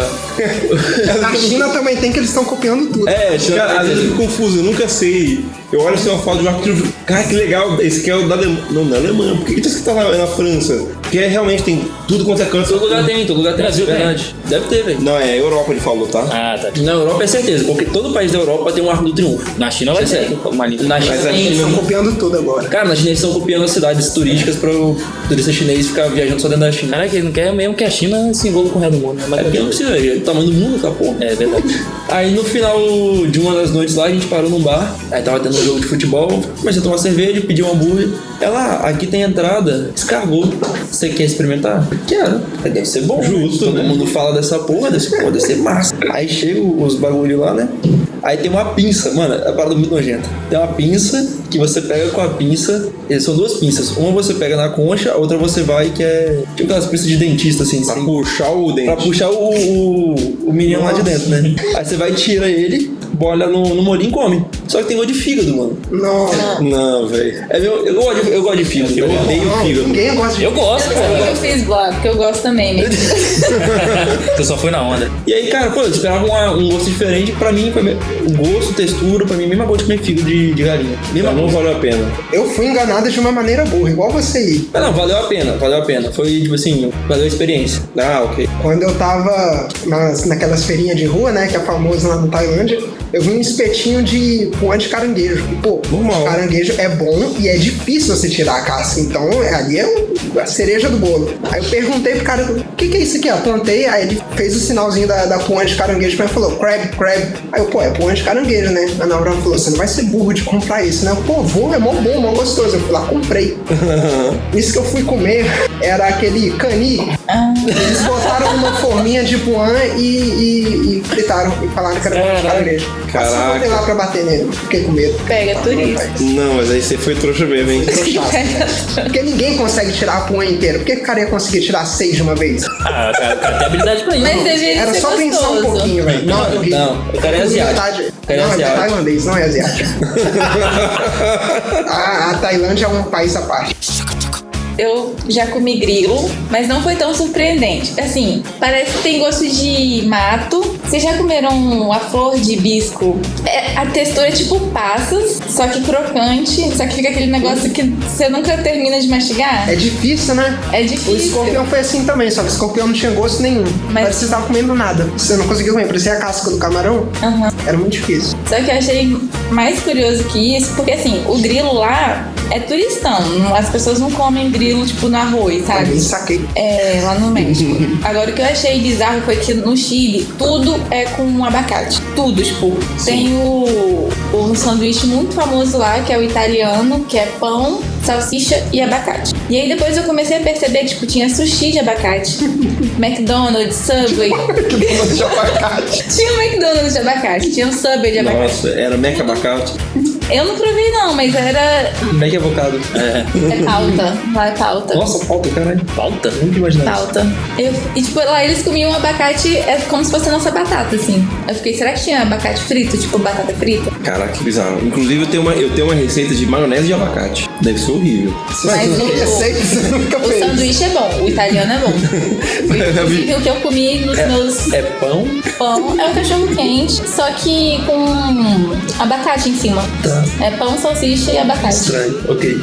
G: Na China também tem que eles estão copiando tudo.
D: É,
B: Cara,
D: tinha-
B: às vezes eu fico confuso, eu nunca sei. Eu olho assim uma foto de um arquivo. Cara, que legal. Esse aqui é o da Alemanha. Não, da Alemanha. Por que, que tá escrito na, na França? Porque é, realmente tem tudo quanto é canto.
E: Todo lugar tem, todo lugar tem.
D: Brasil tem.
E: verdade. Deve ter, velho.
B: Não, é Europa ele falou, tá?
D: Ah, tá.
E: Na Europa é certeza, porque todo país da Europa tem um arco do triunfo.
D: Na China vai
E: Isso é
D: ser
E: certo.
D: uma linha.
E: Na China
B: Mas a
E: tem.
B: China
G: Estão copiando tudo agora.
E: Cara, na China eles estão copiando as cidades turísticas para o turista chinês ficar viajando só dentro da China.
D: Caraca, ele não quer mesmo que a China se envolva com o resto do mundo. né? Mas
E: É porque não precisa, é o tamanho do mundo, essa porra.
D: É verdade.
E: Aí no final de uma das noites lá, a gente parou num bar, aí tava tendo um jogo de futebol, comecei a tomar cerveja, pedi um hambúrguer. Ela, ah, aqui tem entrada, descargou. Você quer experimentar? Quero. Aí Deve ser bom.
B: Justo,
E: Todo
B: né?
E: mundo fala dessa porra, deve ser, pô, deve ser massa. Aí chega os bagulho lá, né? Aí tem uma pinça, mano, é uma parada muito nojenta. Tem uma pinça que você pega com a pinça. eh, São duas pinças. Uma você pega na concha, a outra você vai que é. Tipo aquelas pinças de dentista, assim.
B: Pra
E: sem-
B: puxar o dente.
E: Pra puxar o, o, o menino lá de dentro, né? Aí você vai, tira ele, bola no, no molinho e come. Só que tem gosto de fígado, mano.
G: Nossa.
B: Não, velho.
E: É meu, eu, gosto de, eu gosto de fígado. tá
B: Eu
E: velho.
B: odeio o fígado.
G: Ninguém gosta de.
D: Eu gosto,
F: Eu não sei
D: cara.
F: que eu fiz bloco, que eu gosto também. né?
D: Eu só fui na onda.
E: E aí, cara, pô, eu esperava uma- um gosto diferente. Pra mim, foi me- o gosto, textura, pra mim, mesma coisa de comer fígado de, de galinha. Mesma
B: Não
E: coisa.
B: valeu a pena.
G: Eu fui enganada de uma maneira burra, igual você aí.
E: Mas Ah, não, valeu a pena, valeu a pena. Foi, tipo assim, valeu a experiência.
B: Ah, ok.
G: Quando eu tava nas, naquelas feirinhas de rua, né, que é famosa lá na Tailândia, eu vi um espetinho de pão de caranguejo. E, Pô,
B: Normal.
G: caranguejo é bom e é difícil você tirar a casca, então ali é um- a cereja do bolo. Aí eu perguntei pro cara, o que que é isso aqui, ó? Plantei, aí ele fez o sinalzinho da, da pão de caranguejo pra mim e falou, crab, crab. Aí eu, pô, é pão de caranguejo, né? A Naura falou, você não vai ser burro de comprar isso, né? Eu, Pô, vou, é mó bom, mó gostoso. Eu fui lá, comprei. Isso que eu fui comer era aquele cani. Eles botaram uma forminha de puan e, e, e fritaram e falaram que era pão de caranguejo. Assim eu voltei lá pra bater nele, fiquei com medo.
F: Pega turista.
B: Não, mas aí você foi trouxa mesmo, hein?
F: Pega
G: Porque ninguém consegue tirar a puan inteira. Por que o cara ia conseguir tirar seis de uma vez?
D: Ah, cara, o cara tem habilidade pra isso.
F: Mas deveria
G: Era
F: ser
G: só pensar um
F: gostoso.
G: pouquinho, velho.
E: Não,
G: é horrível.
E: não, o cara é asiático.
G: Metade-
E: O cara é
G: não, é
E: asiático.
G: tailandês, não é asiático. a, a Tailândia é um país à parte.
F: Eu já comi grilo, mas não foi tão surpreendente. Assim, parece que tem gosto de mato. Vocês já comeram a flor de hibisco? É, a textura é tipo passas, só que crocante, só que fica aquele negócio que você nunca termina de mastigar.
G: É difícil, né?
F: É
G: O
F: difícil.
G: escorpião foi assim também, só que o escorpião não tinha gosto nenhum.
F: Mas-
G: Mas... que você tava comendo nada. Você não conseguiu comer, parecia a casca do camarão.
F: Aham.
G: Era muito difícil.
F: Só que eu achei mais curioso que isso, porque assim, o grilo lá é turistão. As pessoas não comem grilo, tipo, no arroz,
G: Eu
F: sabe?
G: nem saquei.
F: É, lá no México. Agora, o que eu achei bizarro foi que no Chile, tudo é com abacate. Tudo, tipo. Tem o, um sanduíche muito famoso lá, que é o italiano, que é pão, salsicha e abacate. E aí depois eu comecei a perceber, tipo, tinha sushi de abacate. McDonald's, Subway.
G: Que bom de abacate.
F: Tinha o McDonald's de abacate, tinha o Subway de abacate.
B: Nossa, era Meca Abacate.
F: Eu não provei não, mas era...
E: Como é que é avocado?
F: É pauta. Lá é pauta.
E: Nossa, falta, caralho.
D: Falta?
E: Nunca imaginava. isso.
F: Pauta. Eu, e tipo, lá eles comiam abacate, é como se fosse a nossa batata, assim. Eu fiquei, será que tinha abacate frito? Tipo, batata frita?
B: Caraca, que bizarro. Inclusive, eu tenho, uma, eu tenho uma receita de maionese de abacate. Deve ser horrível.
G: Mas
F: Mas
G: eu nunca
F: o-
G: sei que você nunca
F: um O
G: fez.
F: sanduíche é bom, o italiano é bom. Inclusive, o que eu comi nos meus
E: É pão?
F: pão é um cachorro quente, só que com abacate em cima.
E: Tá.
F: É pão, salsicha e abacate.
E: Estranho, ok.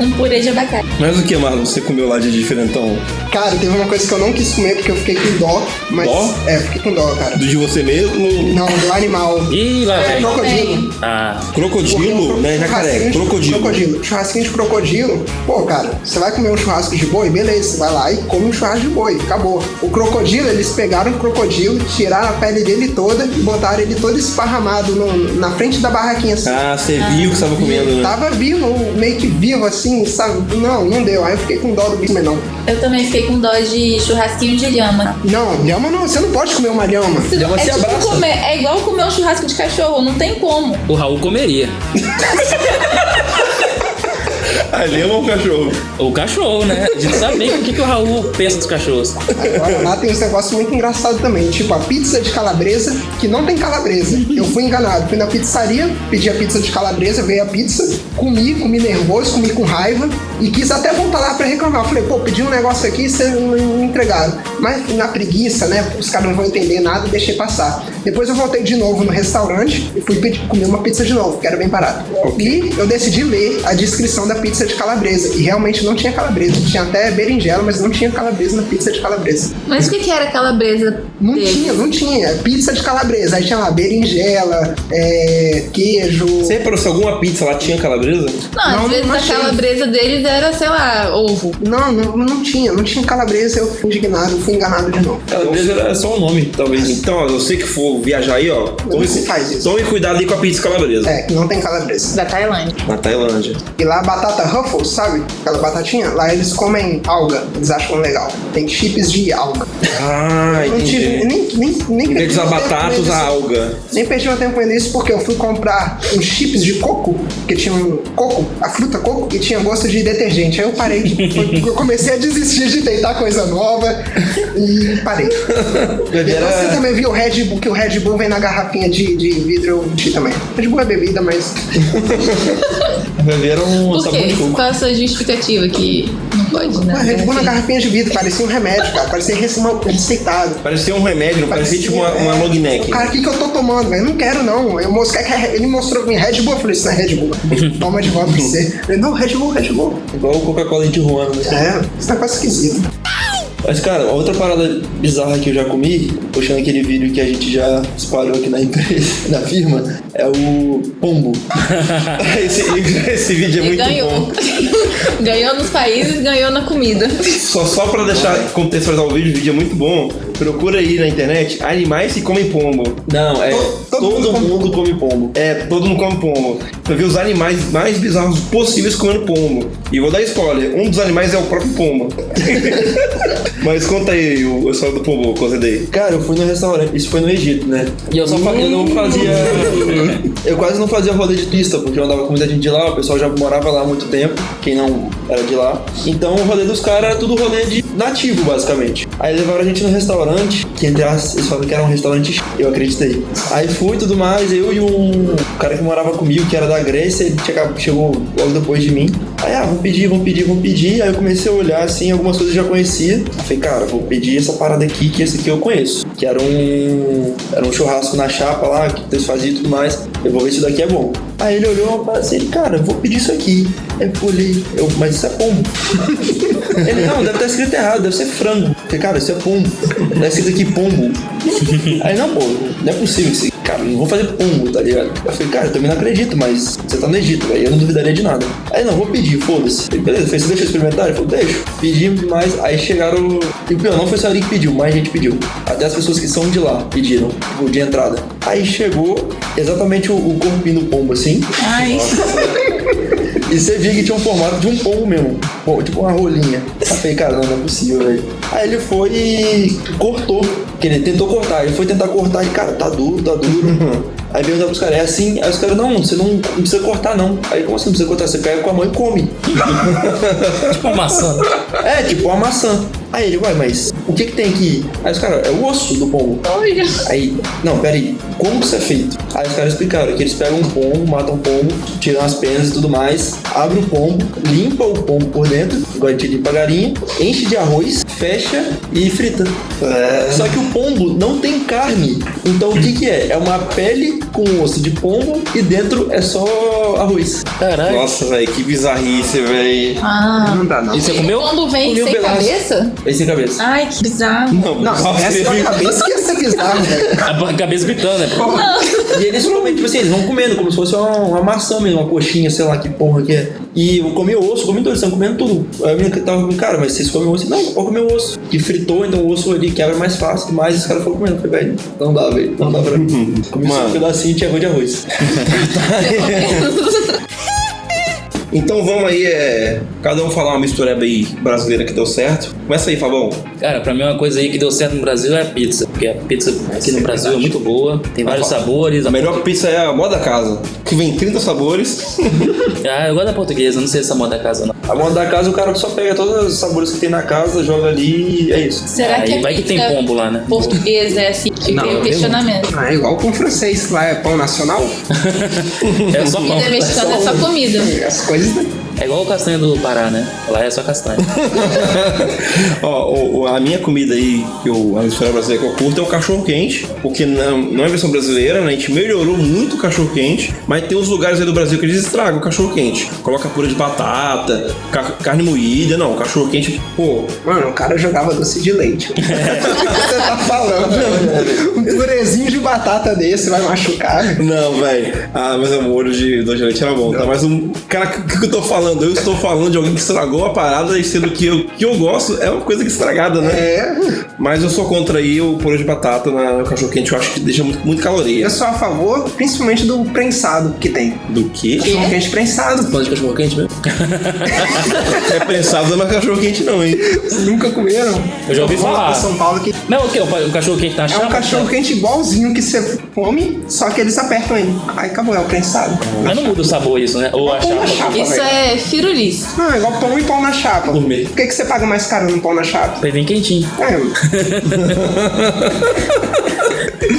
F: Um purê de abacate.
B: Mas o que, Marlon, você comeu lá de diferentão?
G: Cara, teve uma coisa que eu não quis comer porque eu fiquei com dó. Mas.
B: Dó?
G: É, fiquei com dó, cara.
B: Do de você mesmo?
G: Não, do animal.
D: Ih, lá
G: É,
D: vem.
G: crocodilo.
D: Ah,
B: Crocodilo, né, jacaré?
G: Churrasquinho de-
B: Crocodilo.
G: Ah, crocodilo. Churrasquinho de crocodilo. Pô, cara, você vai comer um churrasco de boi? Beleza, você vai lá e come um churrasco de boi. Acabou. O crocodilo, eles pegaram o crocodilo, tiraram a pele dele toda e botaram ele todo esparramado no- na frente da barraquinha. assim.
B: Ah, você viu que você tava comendo, né?
G: Tava vivo, meio que vivo assim, sabe? Não, não deu. Aí eu fiquei com dó do bicho, mas não.
F: Eu também fiquei com dó de churrasquinho de lhama.
G: Não, lhama não, você não pode comer uma lhama.
E: Lhama
F: é,
E: se
F: tipo
E: abraça.
F: comer- é igual comer um churrasco de cachorro, não tem como.
D: o Raul comeria.
G: Tá.
B: Ali é um cachorro.
D: O cachorro, né? A gente sabe bem o que, que o Raul pensa dos cachorros.
G: Agora lá tem uns negócios muito engraçados também, tipo a pizza de calabresa, que não tem calabresa. Eu fui enganado, fui na pizzaria, pedi a pizza de calabresa, veio a pizza, comi, comi nervoso, comi com raiva e quis até voltar lá pra reclamar. Eu Falei, pô, pedi um negócio aqui e vocês não me entregaram. mas na preguiça, né? Os caras não vão entender nada e deixei passar. Depois eu voltei de novo no restaurante e fui pedir- comer uma pizza de novo, que era bem barato. E eu decidi ler a descrição da pizza de calabresa. E realmente não tinha calabresa. Tinha até berinjela, mas não tinha calabresa na pizza de calabresa.
I: Mas o que, que era calabresa?
G: Não
I: dele?
G: tinha, não tinha. É Pizza de calabresa. Aí tinha lá berinjela, é, queijo.
J: Você reparou se alguma pizza lá tinha calabresa?
I: Não,
G: Não,
I: às vezes
G: não
I: a
G: achei.
I: calabresa deles era, sei lá, ovo.
G: Não, não, não tinha. Não tinha calabresa. Eu fui indignado, fui enganado de novo.
B: Calabresa era só um nome, talvez.
J: Então, ó, você que for viajar aí, ó, tome,
G: não se faz isso.
J: tome cuidado aí com a pizza calabresa.
G: É, não tem calabresa.
I: Da Tailândia.
G: É.
J: Na Tailândia.
G: E lá a batata Ruffles, sabe? Aquela batatinha, lá eles comem alga. Eles acham legal. Tem chips de alga.
J: Ah,
G: Não tive,
J: entendi.
G: nem, nem, nem
J: Em vez de usar
G: meu tempo
J: batata,
G: com
J: usa
G: isso.
J: alga.
G: Nem perdi meu tempo com isso porque eu fui comprar uns chips de coco, que tinha um coco, a fruta coco, e tinha gosto de detergente. Aí eu parei, de- foi- eu comecei a desistir de tentar coisa nova e parei.
J: Beberam-
G: Você também viu o Red Bull, que o Red Bull vem na garrafinha de, de vidro, eu menti também. Red Bull é bebida, mas
B: Beberam
F: Por
B: sabão
F: quê?
B: de coco.
F: Qual a sua justificativa que não pode, né?
G: Ah, Red Bull na garrafinha de vidro, parecia um remédio, cara. Parecia receima- receitado.
J: Parecia um remédio, não parecia tipo uma, uma long neck.
G: é, Cara, o que, que eu tô tomando, velho? Eu Não quero, não. Eu mostrei que é- ele mostrou pra mim Red Bull. Eu falei, isso não é Red Bull. Toma de volta pra você. Eu falei, não, Red Bull, Red Bull.
B: Igual o Coca-Cola de Juan, né?
G: É, esse negócio é esquisito.
B: Mas, cara, outra parada bizarra que eu já comi, puxando aquele vídeo que a gente já espalhou aqui na empresa, na firma, é o pombo.
J: Esse, esse vídeo é
F: E
J: muito
F: ganhou.
J: bom.
F: ganhou nos países, ganhou na comida.
J: Só, só pra deixar contextualizar o vídeo, o vídeo é muito bom. Procura aí na internet animais que comem pombo.
B: Não, é.
J: todo, mundo come pombo. É, todo mundo come pombo. Você vê os animais mais bizarros possíveis comendo pombo. E vou dar spoiler, um dos animais é o próprio pombo. Mas conta aí o, a história do pombo, coisa daí.
B: Cara, eu fui no restaurante, isso foi no Egito, né? Hum. E eu só fa- eu não fazia. eu quase não fazia rolê de pista, porque eu andava com muita gente de lá, o pessoal já morava lá há muito tempo, quem não era de lá. Então o rolê dos caras era tudo rolê de nativo, basicamente. Aí levaram a gente no restaurante, que entre aspas, eles falaram que era um restaurante, chi- eu acreditei. Aí fui e tudo mais, eu e um cara que morava comigo, que era da Grécia, ele chega- chegou logo depois de mim. Aí, ah, vamos pedir, vamos pedir, vamos pedir. Aí eu comecei a olhar assim, algumas coisas eu já conhecia. Eu Falei, cara, vou pedir essa parada aqui, que esse aqui eu conheço. Que era um. Era um churrasco na chapa lá, que eles faziam e tudo mais. Eu vou ver se isso daqui é bom. Aí ele olhou e falou assim, cara, eu vou pedir isso aqui. Aí eu olhei, eu, mas isso é pombo. ele, não, deve estar escrito errado, deve ser frango. Eu Falei, cara, isso é pombo. Tá escrito aqui pombo. Aí não, pô, não é possível isso. Cara, não vou fazer pombo, tá ligado? Eu falei, cara, eu também não acredito, mas você tá no Egito, velho. Eu não duvidaria de nada. Aí não, vou pedir, foda-se. Falei, Beleza, falei, você deixa eu experimentar? Ele falou, deixa. Pedimos demais, aí chegaram. E o pior, não foi só ele que pediu, mais gente pediu. Até as pessoas que são de lá pediram, tipo, de entrada. Aí chegou exatamente o, o corpinho do pombo, assim.
F: Ai,
B: E você via que tinha um formato de um pombo mesmo. Pô, tipo uma rolinha. Aí eu falei, cara, não, não é possível, velho. Aí ele foi e cortou. Que ele tentou cortar. Ele foi tentar cortar e, cara, tá duro, tá duro. Aí perguntar pros caras, é assim? Aí os caras, não, você não, não precisa cortar, não. Aí, como assim não precisa cortar? Você pega com a mão e come.
D: Tipo uma maçã.
B: É, tipo uma maçã. Aí ele, uai, mas o que que tem aqui? Aí os caras, é o osso do pombo.
F: olha.
B: Aí, não, peraí, como que isso é feito? Aí os caras explicaram que eles pegam um pombo, matam um pombo, tiram as penas e tudo mais, abre o pombo, limpa o pombo por dentro, igual a gente limpa a galinha, enche de arroz, fecha e frita.
J: É.
B: Só que o pombo não tem carne, então o que que é? É uma pele com osso de pombo e dentro é só arroz.
D: Caralho.
J: Nossa, velho, que bizarrice, velho.
F: Ah.
G: Não dá, não.
D: E você comeu?
F: Quando vem
B: Comeu
F: sem
B: um pedaço.
F: cabeça? Ah.
B: Aí sem cabeça.
F: Ai, que bizarro.
J: Não,
G: Não,
J: nossa,
G: essa é a cabeça que ia ser bizarro, velho.
D: A cabeça gritando, né?
B: E eles comem, tipo assim, eles vão comendo como se fosse uma, uma maçã mesmo, uma coxinha, sei lá que porra que é. E eu comi osso, comi tudo, eles estão comendo tudo. Aí a menina tava comigo, cara, mas vocês comem osso? Não, pode comer o osso. E fritou, então o osso ali quebra mais fácil, mas os caras foram comendo. Eu falei, velho, não dá, velho, não dá pra mim. Comi só
J: Mano.
B: um pedacinho e tinha arroz de arroz.
J: Então vamos aí, é, cada um falar uma mistureba aí brasileira que deu certo. Começa aí, Fabão.
D: Cara, pra mim é uma coisa aí que deu certo no Brasil é a pizza. Porque a pizza aqui no Brasil é muito boa, tem vários sabores.
E: Tá
J: A melhor pizza é a moda casa, que vem 30 sabores.
D: Ah, eu gosto da portuguesa, não sei se é moda da casa não.
B: A mão da casa, o cara só pega todos os sabores que tem na casa, joga ali e é isso.
F: Será que
D: Aí
F: a
D: vai que tem
F: pizza
D: pombo lá, né?
F: Portuguesa é assim, fica
D: Não,
F: aí
D: eu
F: o questionamento.
G: Ah, é igual com o francês, lá é pão nacional.
D: É só um- pão.
F: Comida mexicana é só comida.
G: As coisas. né?
D: É igual o castanho do Pará, né? Lá é só castanha.
B: Ó, o- o- a minha comida aí, que eu, a história brasileira que eu curto, é o cachorro quente. Porque não, não é versão brasileira, né? A gente melhorou muito o cachorro quente. Mas tem uns lugares aí do Brasil que eles estragam o cachorro quente. Coloca pura de batata, ca- carne moída. Não, cachorro quente, pô.
G: Mano, o cara jogava doce de leite. O que você tá falando? velho? Um purezinho de batata desse vai machucar. velho.
B: Não, velho. Ah, mas o molho de doce de leite era bom, tá? Mas um. Cara, o que, que eu tô falando? Eu estou falando de alguém que estragou a parada e sendo que o que eu gosto é uma coisa que estragada, né?
G: É,
B: Mas eu sou contra aí o purê de batata na- no cachorro quente. Eu acho que deixa muito, muito caloria.
G: eu sou a favor, principalmente do prensado que tem.
B: Do que?
G: Cachorro quente prensado.
E: Pão de cachorro quente mesmo?
B: É prensado não é cachorro quente, não, hein?
G: Vocês nunca comeram?
D: Eu já ouvi
G: Vou lá
D: falar.
G: pra São Paulo que
D: Não, o que? O cachorro quente tá na
G: é
D: chapa?
G: um cachorro quente igualzinho que você come, só que eles apertam ele. Aí acabou, é o prensado.
D: Mas não muda o sabor isso, né? Ou a
G: Pão na
D: chapa.
G: chapa,
C: Isso
G: velho.
C: é firulice.
G: Não, é igual pão e pão na chapa.
B: Gourmet.
G: Por que, que você paga mais caro no pão na chapa?
D: Ele vem quentinho.
G: É,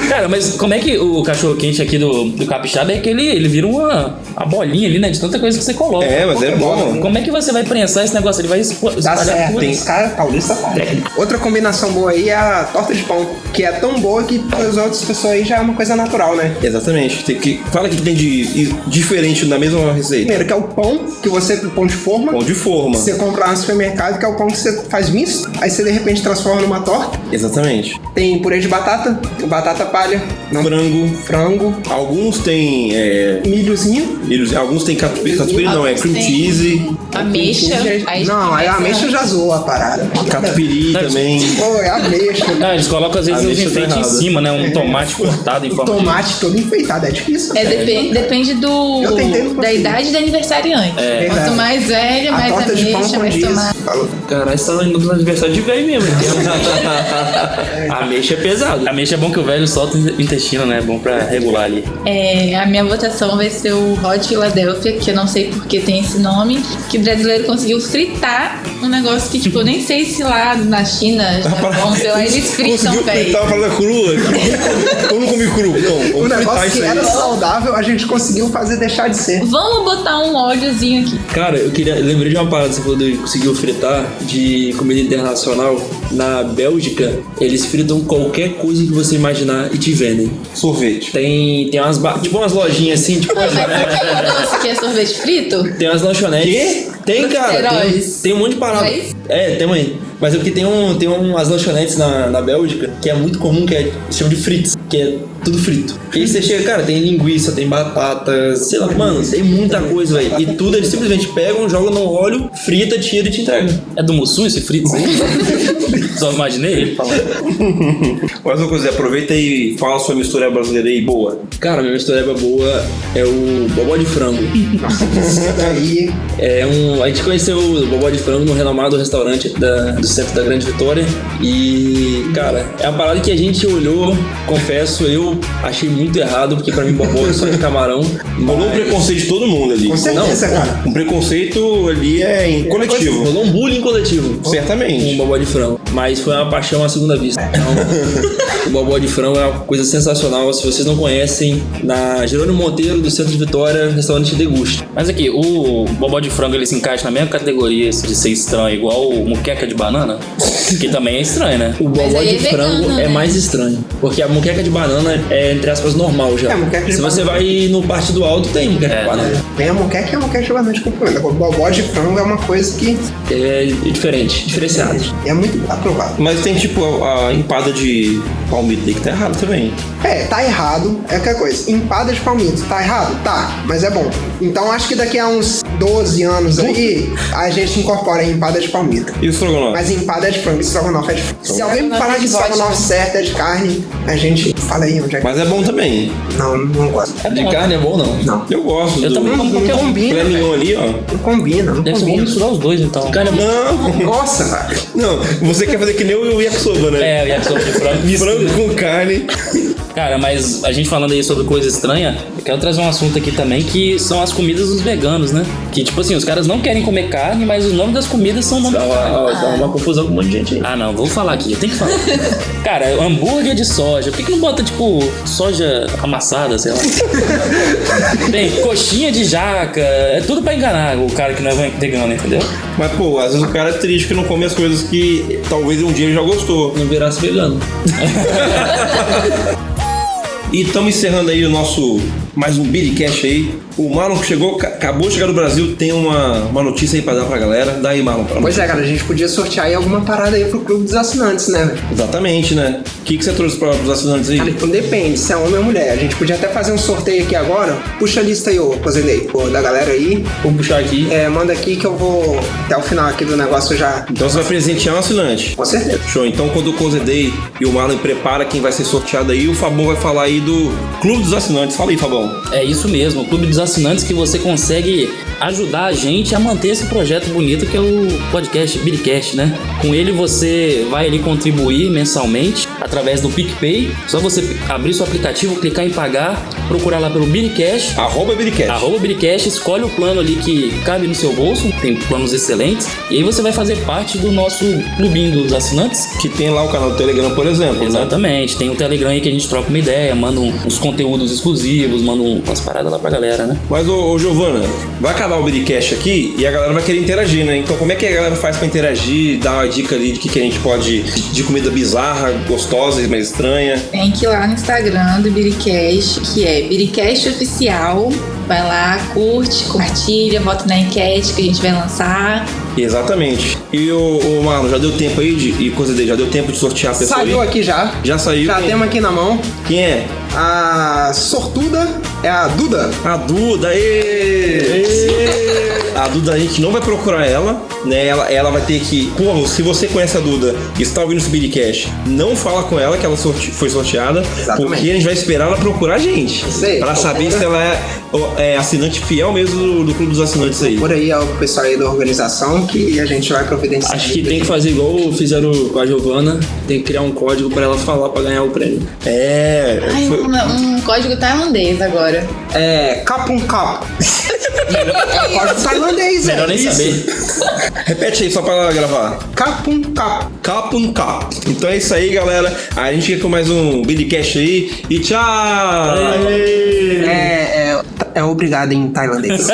D: Cara, mas como é que o cachorro quente aqui do, do capixaba é que ele, ele vira uma, uma bolinha ali, né? De tanta coisa que você coloca.
B: É, mas é bom.
D: Como é que você vai prensar esse negócio? Ele vai expo-
G: dá
D: espalhar
G: certo.
D: tudo.
G: Os caras paulista fazem. Outra combinação boa aí é a torta de pão, que é tão boa que para as outras pessoas aí já é uma coisa natural, né?
B: Exatamente. Tem que... Fala o que tem de de diferente na mesma receita.
G: Primeiro, que é o pão, que você, o pão de forma,
B: Pão de forma.
G: você compra lá no supermercado, que é o pão que você faz misto, aí você de repente transforma numa torta.
B: Exatamente.
G: Tem purê de batata, batata palha, não,
B: Frango.
G: frango,
B: Alguns têm. É...
G: milhozinho.
B: milhos- Alguns têm catupiry, catupiry não, é cream cheese,
C: Ameixa. Aí
G: não, aí a ameixa já zoou a parada.
B: catupiry também.
G: Pô, é a ameixa.
D: Ah, eles colocam às vezes
B: Ah,
D: uns
B: deixa eu
D: enfeites
B: tá
D: em
B: errado.
D: cima, né? Um tomate cortado em
G: O
D: forma de-
G: tomate todo enfeitado, é difícil.
C: É,
G: cara.
C: depen- depende do,
G: Eu tentei, não
C: da
G: consegui.
C: idade do aniversariante.
B: É,
G: Verdade.
C: Quanto mais velha,
G: A
C: mais
G: torta de pão
C: ameixa, mais
G: condiz.
C: tomate.
G: Falou.
E: Caralho, você tá indo no aniversário de velho mesmo. a mexa é pesado.
D: Ameixa é bom que o velho solta o intestino, né? É bom pra regular ali.
F: É, a minha votação vai ser o Hot Philadelphia, que eu não sei porque tem esse nome, que o brasileiro conseguiu fritar um negócio que, tipo, eu nem sei se lá na China, Japão, sei lá, eles fritam,
B: Conseguiu
F: velho.
B: fritar uma parada crua? Eu não comi cru. Não,
G: O
B: vamos fritar
G: negócio é que
B: isso aí. Uhum.
G: era saudável, a gente conseguiu fazer deixar de ser.
F: Vamos botar um óleozinho aqui.
E: Cara, eu queria. Lembrei de uma parada que você falou de conseguiu fritar de comida internacional. Na Bélgica, eles fritam qualquer coisa que você imaginar e te vendem.
B: Sorvete.
E: Tem, tem umas. ba- Tipo umas lojinhas assim, tipo.
B: é.
F: Mas por que o doce que é sorvete frito?
E: Tem umas lanchonetes.
B: Quê?
E: Tem, cara. Tem,
F: Heróis.
E: tem um monte de parada.
F: Mas-
E: É, tem mãe. Mas é porque tem, um, tem umas lanchonetes na, na Bélgica que é muito comum, que é chama de frites, que é tudo frito. E aí você chega, cara, tem linguiça, tem batata, sei lá, mano, tem muita coisa, velho. E tudo eles simplesmente pegam, jogam no óleo, frita, tira e te entregam.
D: É do Mussu esse frito? Só imaginei ele falando.
B: Mais uma coisa, aproveita e fala sua mistura brasileira aí, boa.
E: Cara, minha mistureba boa é o bobó de frango.
G: Aí,
E: É um, a gente conheceu o Bobó de Frango num renomado restaurante da- do centro da Grande Vitória. E, cara, é uma parada que a gente olhou, confesso, eu achei muito errado, porque pra mim Bobó é só de camarão.
B: Rolou um
E: mas-
B: preconceito de todo mundo ali.
G: com certeza, cara.
B: Um preconceito ali é em coletivo.
E: Rolou um bullying coletivo. Com o
B: Certamente.
E: Bobó de Frango. Mas foi uma paixão à segunda vista. Então, o Bobó de Frango é uma coisa sensacional. Se vocês não conhecem, na Jerônimo Monteiro, do centro de Vitória, restaurante Degusta.
D: Mas aqui, o bobó de frango ele se encaixa na mesma categoria esse de ser estranho, igual o muqueca de banana, que também é estranho, né?
E: O
C: Mas
E: bobó
C: aí
E: de
C: é vegano,
E: frango
C: né?
E: é mais estranho. Porque a muqueca de banana é, entre aspas, normal já.
G: É, muqueca de
E: Se você
G: banana.
E: vai no parte do alto, tem muqueca
D: É,
E: de banana.
G: Tem a moqueca e a moqueca é bastante complementa. O bobó de frango é uma coisa que
E: É diferente, diferenciado.
G: é muito aprovado.
B: Mas tem tipo a, a empada de palmito aí que tá errado também.
G: É, tá errado, é aquela coisa. Empada de palmito, tá errado? Tá, mas é bom. Então acho que daqui a uns 12 anos aí, a gente incorpora a empada de palmito.
B: E o estrogonofe?
G: Mas empada é de frango, estrogonofe é de frango. Se alguém me falar que estrogonofe certo é de carne, a gente fala aí onde é que...
B: Mas é bom também.
G: Não, não gosto.
E: de carne é bom, não.
G: Não.
B: Eu gosto
D: Eu
B: do
D: também como qualquer um.
G: combina,
B: Clemignon ali, ó.
G: Não combina, não
D: Deve ser bom
G: combina.
D: misturar os dois, então.
E: Carne é bom.
B: Não,
G: Nossa, velho.
B: não. Você quer fazer que nem o yakisoba, né?
D: É, e a sopa de frango.
B: Frango com carne.
D: um Cara, mas a gente falando aí sobre coisa estranha, eu quero trazer um assunto aqui também que são as comidas dos veganos, né? Que tipo assim, os caras não querem comer carne, mas os nomes das comidas são nomes
E: Dá
D: de carne.
E: uma, dá uma confusão com um monte de gente aí.
D: Ah, não, vou falar aqui, eu tenho que falar. Cara, hambúrguer de soja. Por que, que não bota, tipo, soja amassada, sei lá? Tem coxinha de jaca. É tudo pra enganar o cara que não é vegano, entendeu?
B: Mas, pô, às vezes o cara é triste que não come as coisas que talvez um dia ele já gostou.
E: Não virasse vegano.
B: E estamos encerrando aí o nosso mais um Billycast aí. O Marlon que chegou, ca- acabou de chegar no Brasil, tem uma, uma notícia aí pra dar pra galera. Dá aí, Marlon. Pra
G: Pois
B: nós.
G: é, cara, a gente podia sortear aí alguma parada aí pro clube dos assinantes, né?
E: é.
G: velho?
B: Exatamente, né? O que, que você trouxe para os assinantes aí?
G: Cara, então depende, se é homem ou mulher. A gente podia até fazer um sorteio aqui agora. Puxa a lista aí, ô, aposentei, ô, da galera aí.
E: Vou puxar aqui.
G: É, manda aqui que eu vou. Até o final aqui do negócio eu já.
B: Então você vai presentear um assinante.
G: Com certeza.
B: Show, então quando o Cozedei e o Marlon prepara quem vai ser sorteado aí, o Fabão vai falar aí do Clube dos Assinantes. Fala aí, Fabão.
D: É isso mesmo, o Clube dos Assinantes que você consegue ajudar a gente a manter esse projeto bonito que é o podcast Biricast, né? Com ele você vai ali contribuir mensalmente através do PicPay. Só você abrir seu aplicativo, clicar em pagar, procurar lá pelo Biricast
B: Arroba Billycast.
D: Arroba o Biricast, escolhe o plano ali que cabe no seu bolso, tem planos excelentes, e aí você vai fazer parte do nosso clubinho dos assinantes.
B: Que tem lá o canal do Telegram, por exemplo, né?
D: Exatamente, tem o Telegram aí que a gente troca uma ideia, manda um- uns conteúdos exclusivos, manda um- umas paradas lá pra galera, né?
B: Mas, ô, ô Giovana, vai acabar o Biricast aqui e a galera vai querer interagir, né? Então, como é que a galera faz pra interagir, dar uma dica ali de que, que a gente pode. de de comida bizarra, gostosa, mas estranha?
F: Tem que ir lá no Instagram do Biricast, que é Biricast Oficial. Vai lá, curte, compartilha, vota na enquete que a gente vai lançar.
B: Exatamente. E o, o Marlon, já deu tempo aí de. e Cozedei, já deu tempo de sortear a pessoa
G: Saiu
B: aí?
G: aqui já.
B: Já saiu?
G: Já
B: quem, é?
G: temos aqui na mão.
B: quem é?
G: A sortuda é a Duda.
B: A Duda, ê! A Duda, a gente não vai procurar ela, né? Ela, ela vai ter que. Porra, se você conhece a Duda e está ouvindo esse Biricast, não fala com ela que ela sorte- foi sorteada,
G: Exatamente.
B: porque a gente vai esperar ela procurar a gente.
G: Isso aí.
B: Pra saber se ela é, ó, é assinante fiel mesmo do, do Clube dos Assinantes aí.
G: Por aí é o pessoal aí da organização que a gente vai providenciar.
E: Acho que tem que fazer igual fizeram com a Giovana. Tem que criar um código pra ela falar pra ganhar o prêmio.
B: É.
F: Ai,
B: foi-
F: um, um código tailandês agora.
G: É. Capum Cap. Código tailandês,
D: Melhor
G: velho.
D: nem saber.
B: Repete aí só pra ela gravar.
G: Capum Cap.
B: Capun Cap. Então é isso aí, galera. A gente fica com mais um Biricast aí. E tchau!
G: É, é, é obrigado em tailandês.